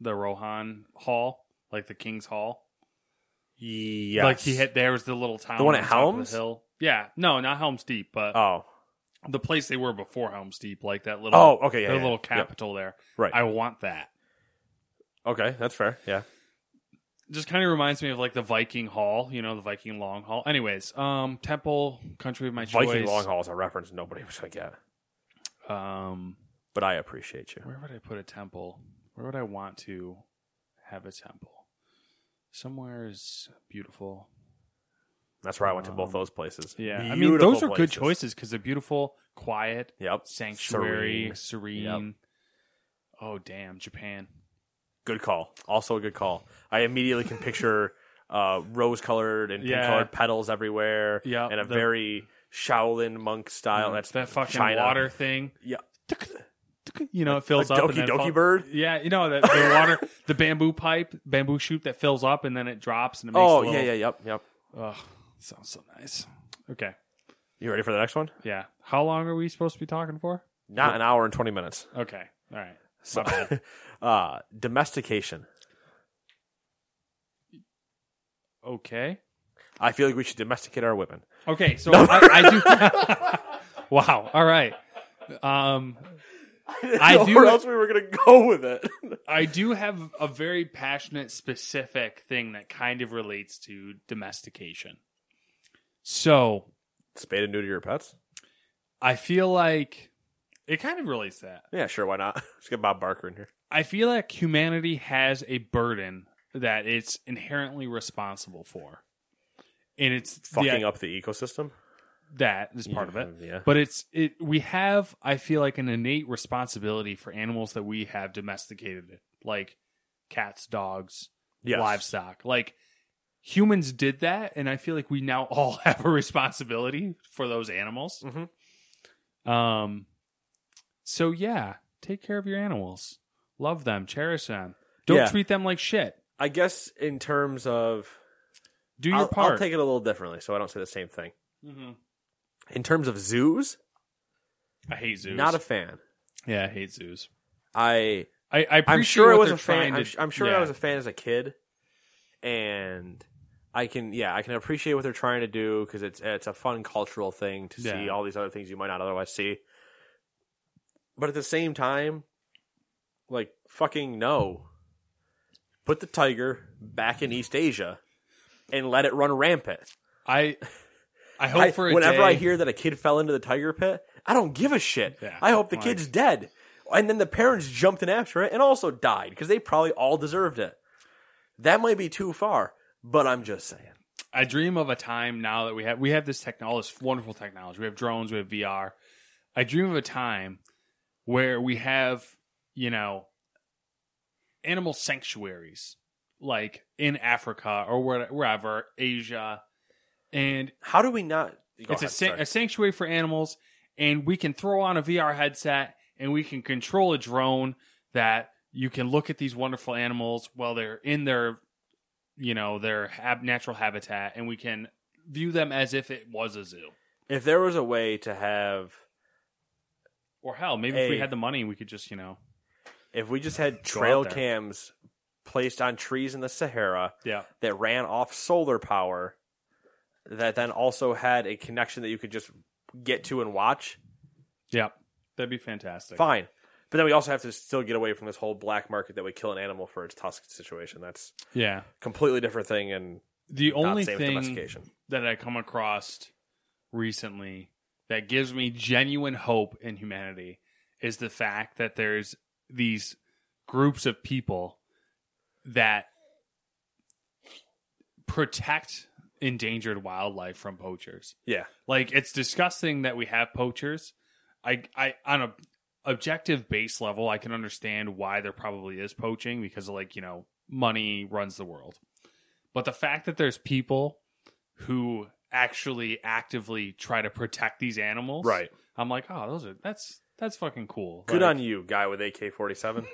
the Rohan Hall, like the King's Hall.
Yeah,
Like he had there was the little town.
The one
on
at
top of the
Helm's?
hill. Yeah. No, not Helm's Deep, but
Oh,
the place they were before Helm's Deep, like that little
Oh, okay, yeah,
their
yeah,
little
yeah.
capital there.
Right.
I want that.
okay, that's fair. Yeah,
just kind of reminds me of like the Viking Hall, you know, the Viking Long Hall. Anyways, um, temple, country of my choice.
Viking long haul is a reference nobody was gonna get,
Um,
but I appreciate you.
where would I put a temple? Where would I want to have a temple? Somewhere is beautiful.
That's where I went to both
Um,
those places.
Yeah, I mean
Beautiful
those are good
places.
choices because they're beautiful, quiet,
Yep,
sanctuary,
Serene.
serene.
Yep.
Oh damn, Japan.
Good call. Also a good call. I immediately can picture uh, rose colored and pink
Yeah.
colored petals everywhere.
Yeah,
and a
the- Mm,
very Shaolin monk style. That's
that fucking
China.
water thing.
Yeah,
you know, it fills
like
up. and
Doki
then
Doki bird?
Yeah, you know that the water, the bamboo pipe, bamboo shoot that fills up and then it drops and it makes.
Oh
a little,
yeah, yeah, yep, yep.
Ugh, sounds so nice. Okay,
You ready for the next one?
yeah. How long are we supposed to be talking for?
Not an hour and twenty minutes.
Okay, all right.
So, uh, domestication.
Okay,
I feel like we should domesticate our women.
okay. So I, I do. wow. All right. Um, I
know
do-
Where else we were gonna go with it?
I do have a very passionate, specific thing that kind of relates to domestication. So
Spade and neuter your pets?
I feel like it kind of relates to that.
Yeah, sure. Why not? Let's get Bob Barker in here.
I feel like humanity has a burden that it's inherently responsible for. And it's
Fucking
the-
up the ecosystem.
that is part
Yeah,
of it.
yeah.
But it's it we have I feel like an innate responsibility for animals that we have domesticated, like cats, dogs,
Yes.
livestock. Like humans did that, and I feel like we now all have a responsibility for those animals.
Mm-hmm.
Um, so yeah, take care of your animals, love them, cherish them. Don't
Yeah.
treat them like shit.
I guess in terms of,
Do your
I'll,
part.
I'll take it a little differently, so I don't say the same thing.
Mhm.
In terms of zoos,
I hate zoos.
not a fan.
yeah, I hate zoos.
I
I, I
I'm
appreciate
sure I
what
was
they're
a fan.
trying to-
I'm, sh- I'm sure
yeah.
I was a fan as a kid, and I can yeah I can appreciate what they're trying to do because it's it's a fun cultural thing to see
Yeah.
all these other things you might not otherwise see. But at the same time, like fucking no, put the tiger back in East Asia and let it run rampant.
I I hope
I-
for a
whenever
day,
I hear that a kid fell into the tiger pit, I don't give a shit.
Yeah,
I hope the
like-
kid's dead. And then the parents jumped in after it and also died because they probably all deserved it. That might be too far, but I'm just saying.
I dream of a time now that we have we have this technology, this wonderful technology. We have drones, we have VR. I dream of a time where we have you know animal sanctuaries, like in Africa or where- wherever, Asia, and
How do we not? Go
it's a,
ahead,
san-
sorry.
a sanctuary for animals, and we can throw on a VR headset and we can control a drone that you can look at these wonderful animals while they're in their, you know, their hab- natural habitat, and we can view them as if it was a zoo.
if there was a way to have,
Or hell, maybe if we
Hey.
had the money, we could just you know,
if we just had trail
there.
cams placed on trees in the Sahara
yeah,
that ran off solar power, that then also had a connection that you could just get to and watch,
yeah, that'd be fantastic.
fine. But then we also have to still get away from this whole black market that we kill an animal for its tusk situation. That's
Yeah,
a completely different thing. And
the only
same with
thing
domestication.
that I come across recently that gives me genuine hope in humanity is the fact that there's these groups of people that protect endangered wildlife from poachers.
yeah,
Like it's disgusting that we have poachers. I I on a objective base level, I can understand why there probably is poaching because like, you know, money runs the world. But the fact that there's people who actually actively try to protect these animals.
Right.
I'm like, "Oh, those are that's that's fucking cool."
good
Like-
on you, guy with AK forty seven.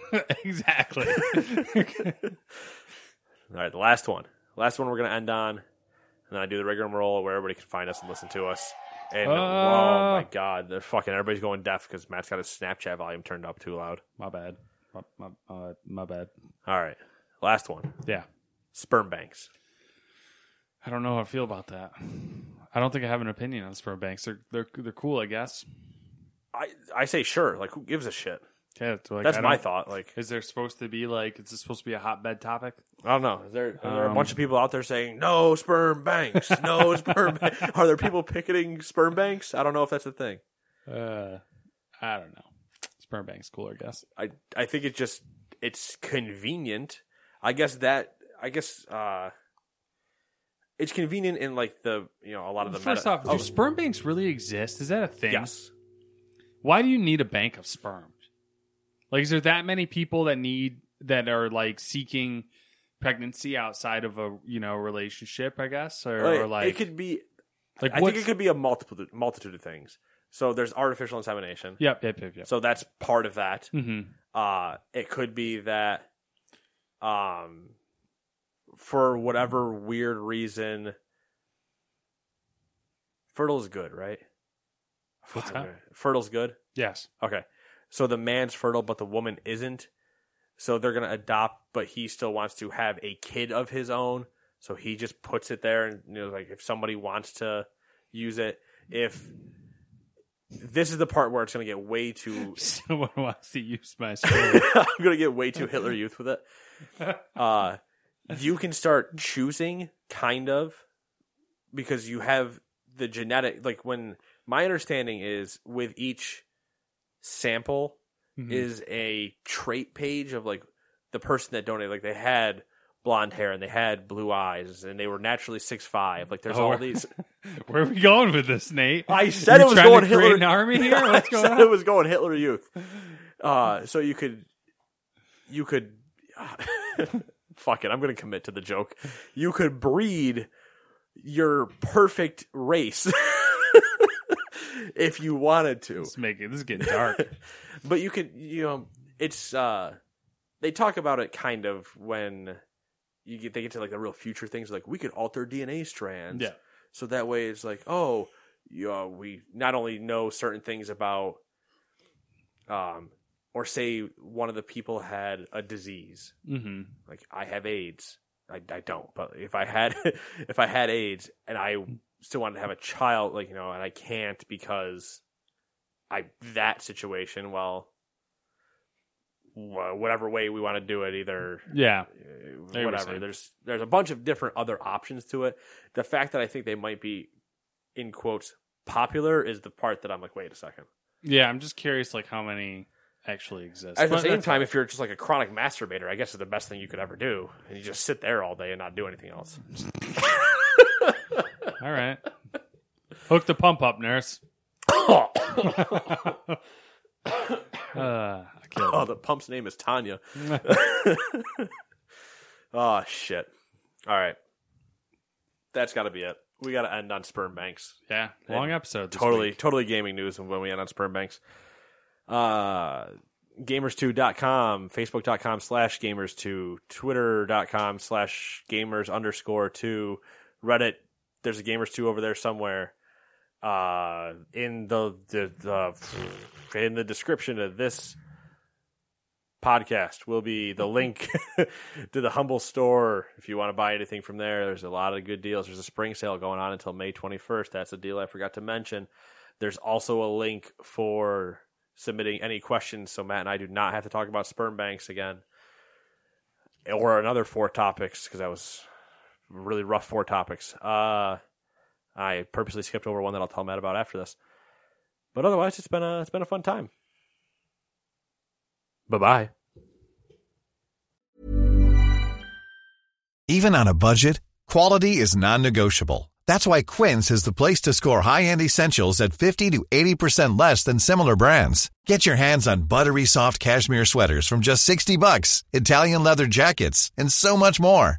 exactly.
All right, the last one. Last one we're going to end on. And then I do the regular roll where everybody can find us and listen to us. And oh
Uh.
my God, they're fucking everybody's going deaf because Matt's got his Snapchat volume turned up too loud.
my bad. My, my, my, my bad.
All right, last one
Yeah.
sperm banks.
I don't know how I feel about that. I don't think I have an opinion on sperm banks. They're they're they're cool, I guess.
I, I say sure. Like, who gives a shit?
Yeah, it's like,
That's
I
my
don't-
thought. Like,
Is there supposed to be like? Is this supposed to be a hotbed topic?
I don't know. Is there, are there a
Um,
bunch of people out there saying, no sperm banks, no sperm banks? Are there people picketing sperm banks? I don't know if that's a thing.
Uh, I don't know. Sperm bank's cooler, I guess.
I I think it just it's convenient. I guess that I guess uh it's convenient in like the you know a lot of the
First
meta- Oh,
off, do sperm banks really exist? Is that a thing?
yes.
Why do you need a bank of sperm? Like, is there that many people that need that are like seeking pregnancy outside of a you know relationship? I guess or, or like
it could be.
like
I think
what's-
it could be a multiple multitude of things. So there's artificial insemination.
Yep, yep, yep, yep.
So that's part of that.
hmm
Uh it could be that um for whatever weird reason fertile's good, right?
What's that?
Fertile's good.
Yes.
Okay. So the man's fertile, but the woman isn't. So they're going to adopt, but he still wants to have a kid of his own. So he just puts it there. And, you know, like if somebody wants to use it, if this is the part where it's going to get way too,
Someone wants to use my sperm.
I'm going to get way too Hitler youth with it. Uh, you can start choosing kind of because you have the genetic, like when my understanding is with each sample,
Mhm.
is a trait page of like the person that donated. Like they had blonde hair and they had blue eyes and they were naturally six five. Like there's
Oh,
all
we're-
these.
Where are we going with this, Nate?
I said
You're
it was
trying to
going
create
Hitler.
an army here. What's
I
going
said
on?
it was going Hitler Youth. Uh, so you could, you could, fuck it. I'm going to commit to the joke. You could breed your perfect race. if you wanted to
Let's make it. This is getting dark.
but you could you know it's uh they talk about it kind of when you get they get to like the real future things like we could alter dna strands
Yeah.
so that way it's like oh you know, we not only know certain things about um or say one of the people had a disease
mm-hmm.
like I have AIDS. I, I don't, but if I had if I had AIDS and I still wanted to have a child, like you know, and I can't because I that situation. Well, wha- whatever way we want to do it, either
Yeah.
uh,
I hear what you're
whatever.
saying.
There's there's a bunch of different other options to it. The fact that I think they might be in quotes popular is the part that I'm like, wait a second.
Yeah. I'm just curious, like how many actually exist.
At the
But
same
that's-
time, if you're just like a chronic masturbator, I guess it's the best thing you could ever do, and you just sit there all day and not do anything else.
all right. Hook
Oh,
the pump up, nurse. uh, I killed.
Oh,
him.
the pump's name is Tanya. oh shit! All right, that's got to be it. We got to end on sperm banks.
yeah, long episode. this
Totally,
week.
totally gaming news and when we end on sperm banks. Uh, gamers2.com, facebook.com slash gamers2, twitter.com slash gamers underscore 2, Reddit, there's a gamers2 over there somewhere. Uh, in the, the, the, in the description of this podcast will be the link to the humble store if you want to buy anything from there there's a lot of good deals there's a spring sale going on until may 21st that's a deal i forgot to mention there's also a link for submitting any questions so matt and i do not have to talk about sperm banks again or another four topics because that was really rough four topics uh i purposely skipped over one that i'll tell matt about after this but otherwise it's been a it's been a fun time bye-bye
Even on a budget, quality is non-negotiable. That's why Quince is the place to score high-end essentials at 50 to 80% less than similar brands. Get your hands on buttery soft cashmere sweaters from just 60 bucks, Italian leather jackets, and so much more.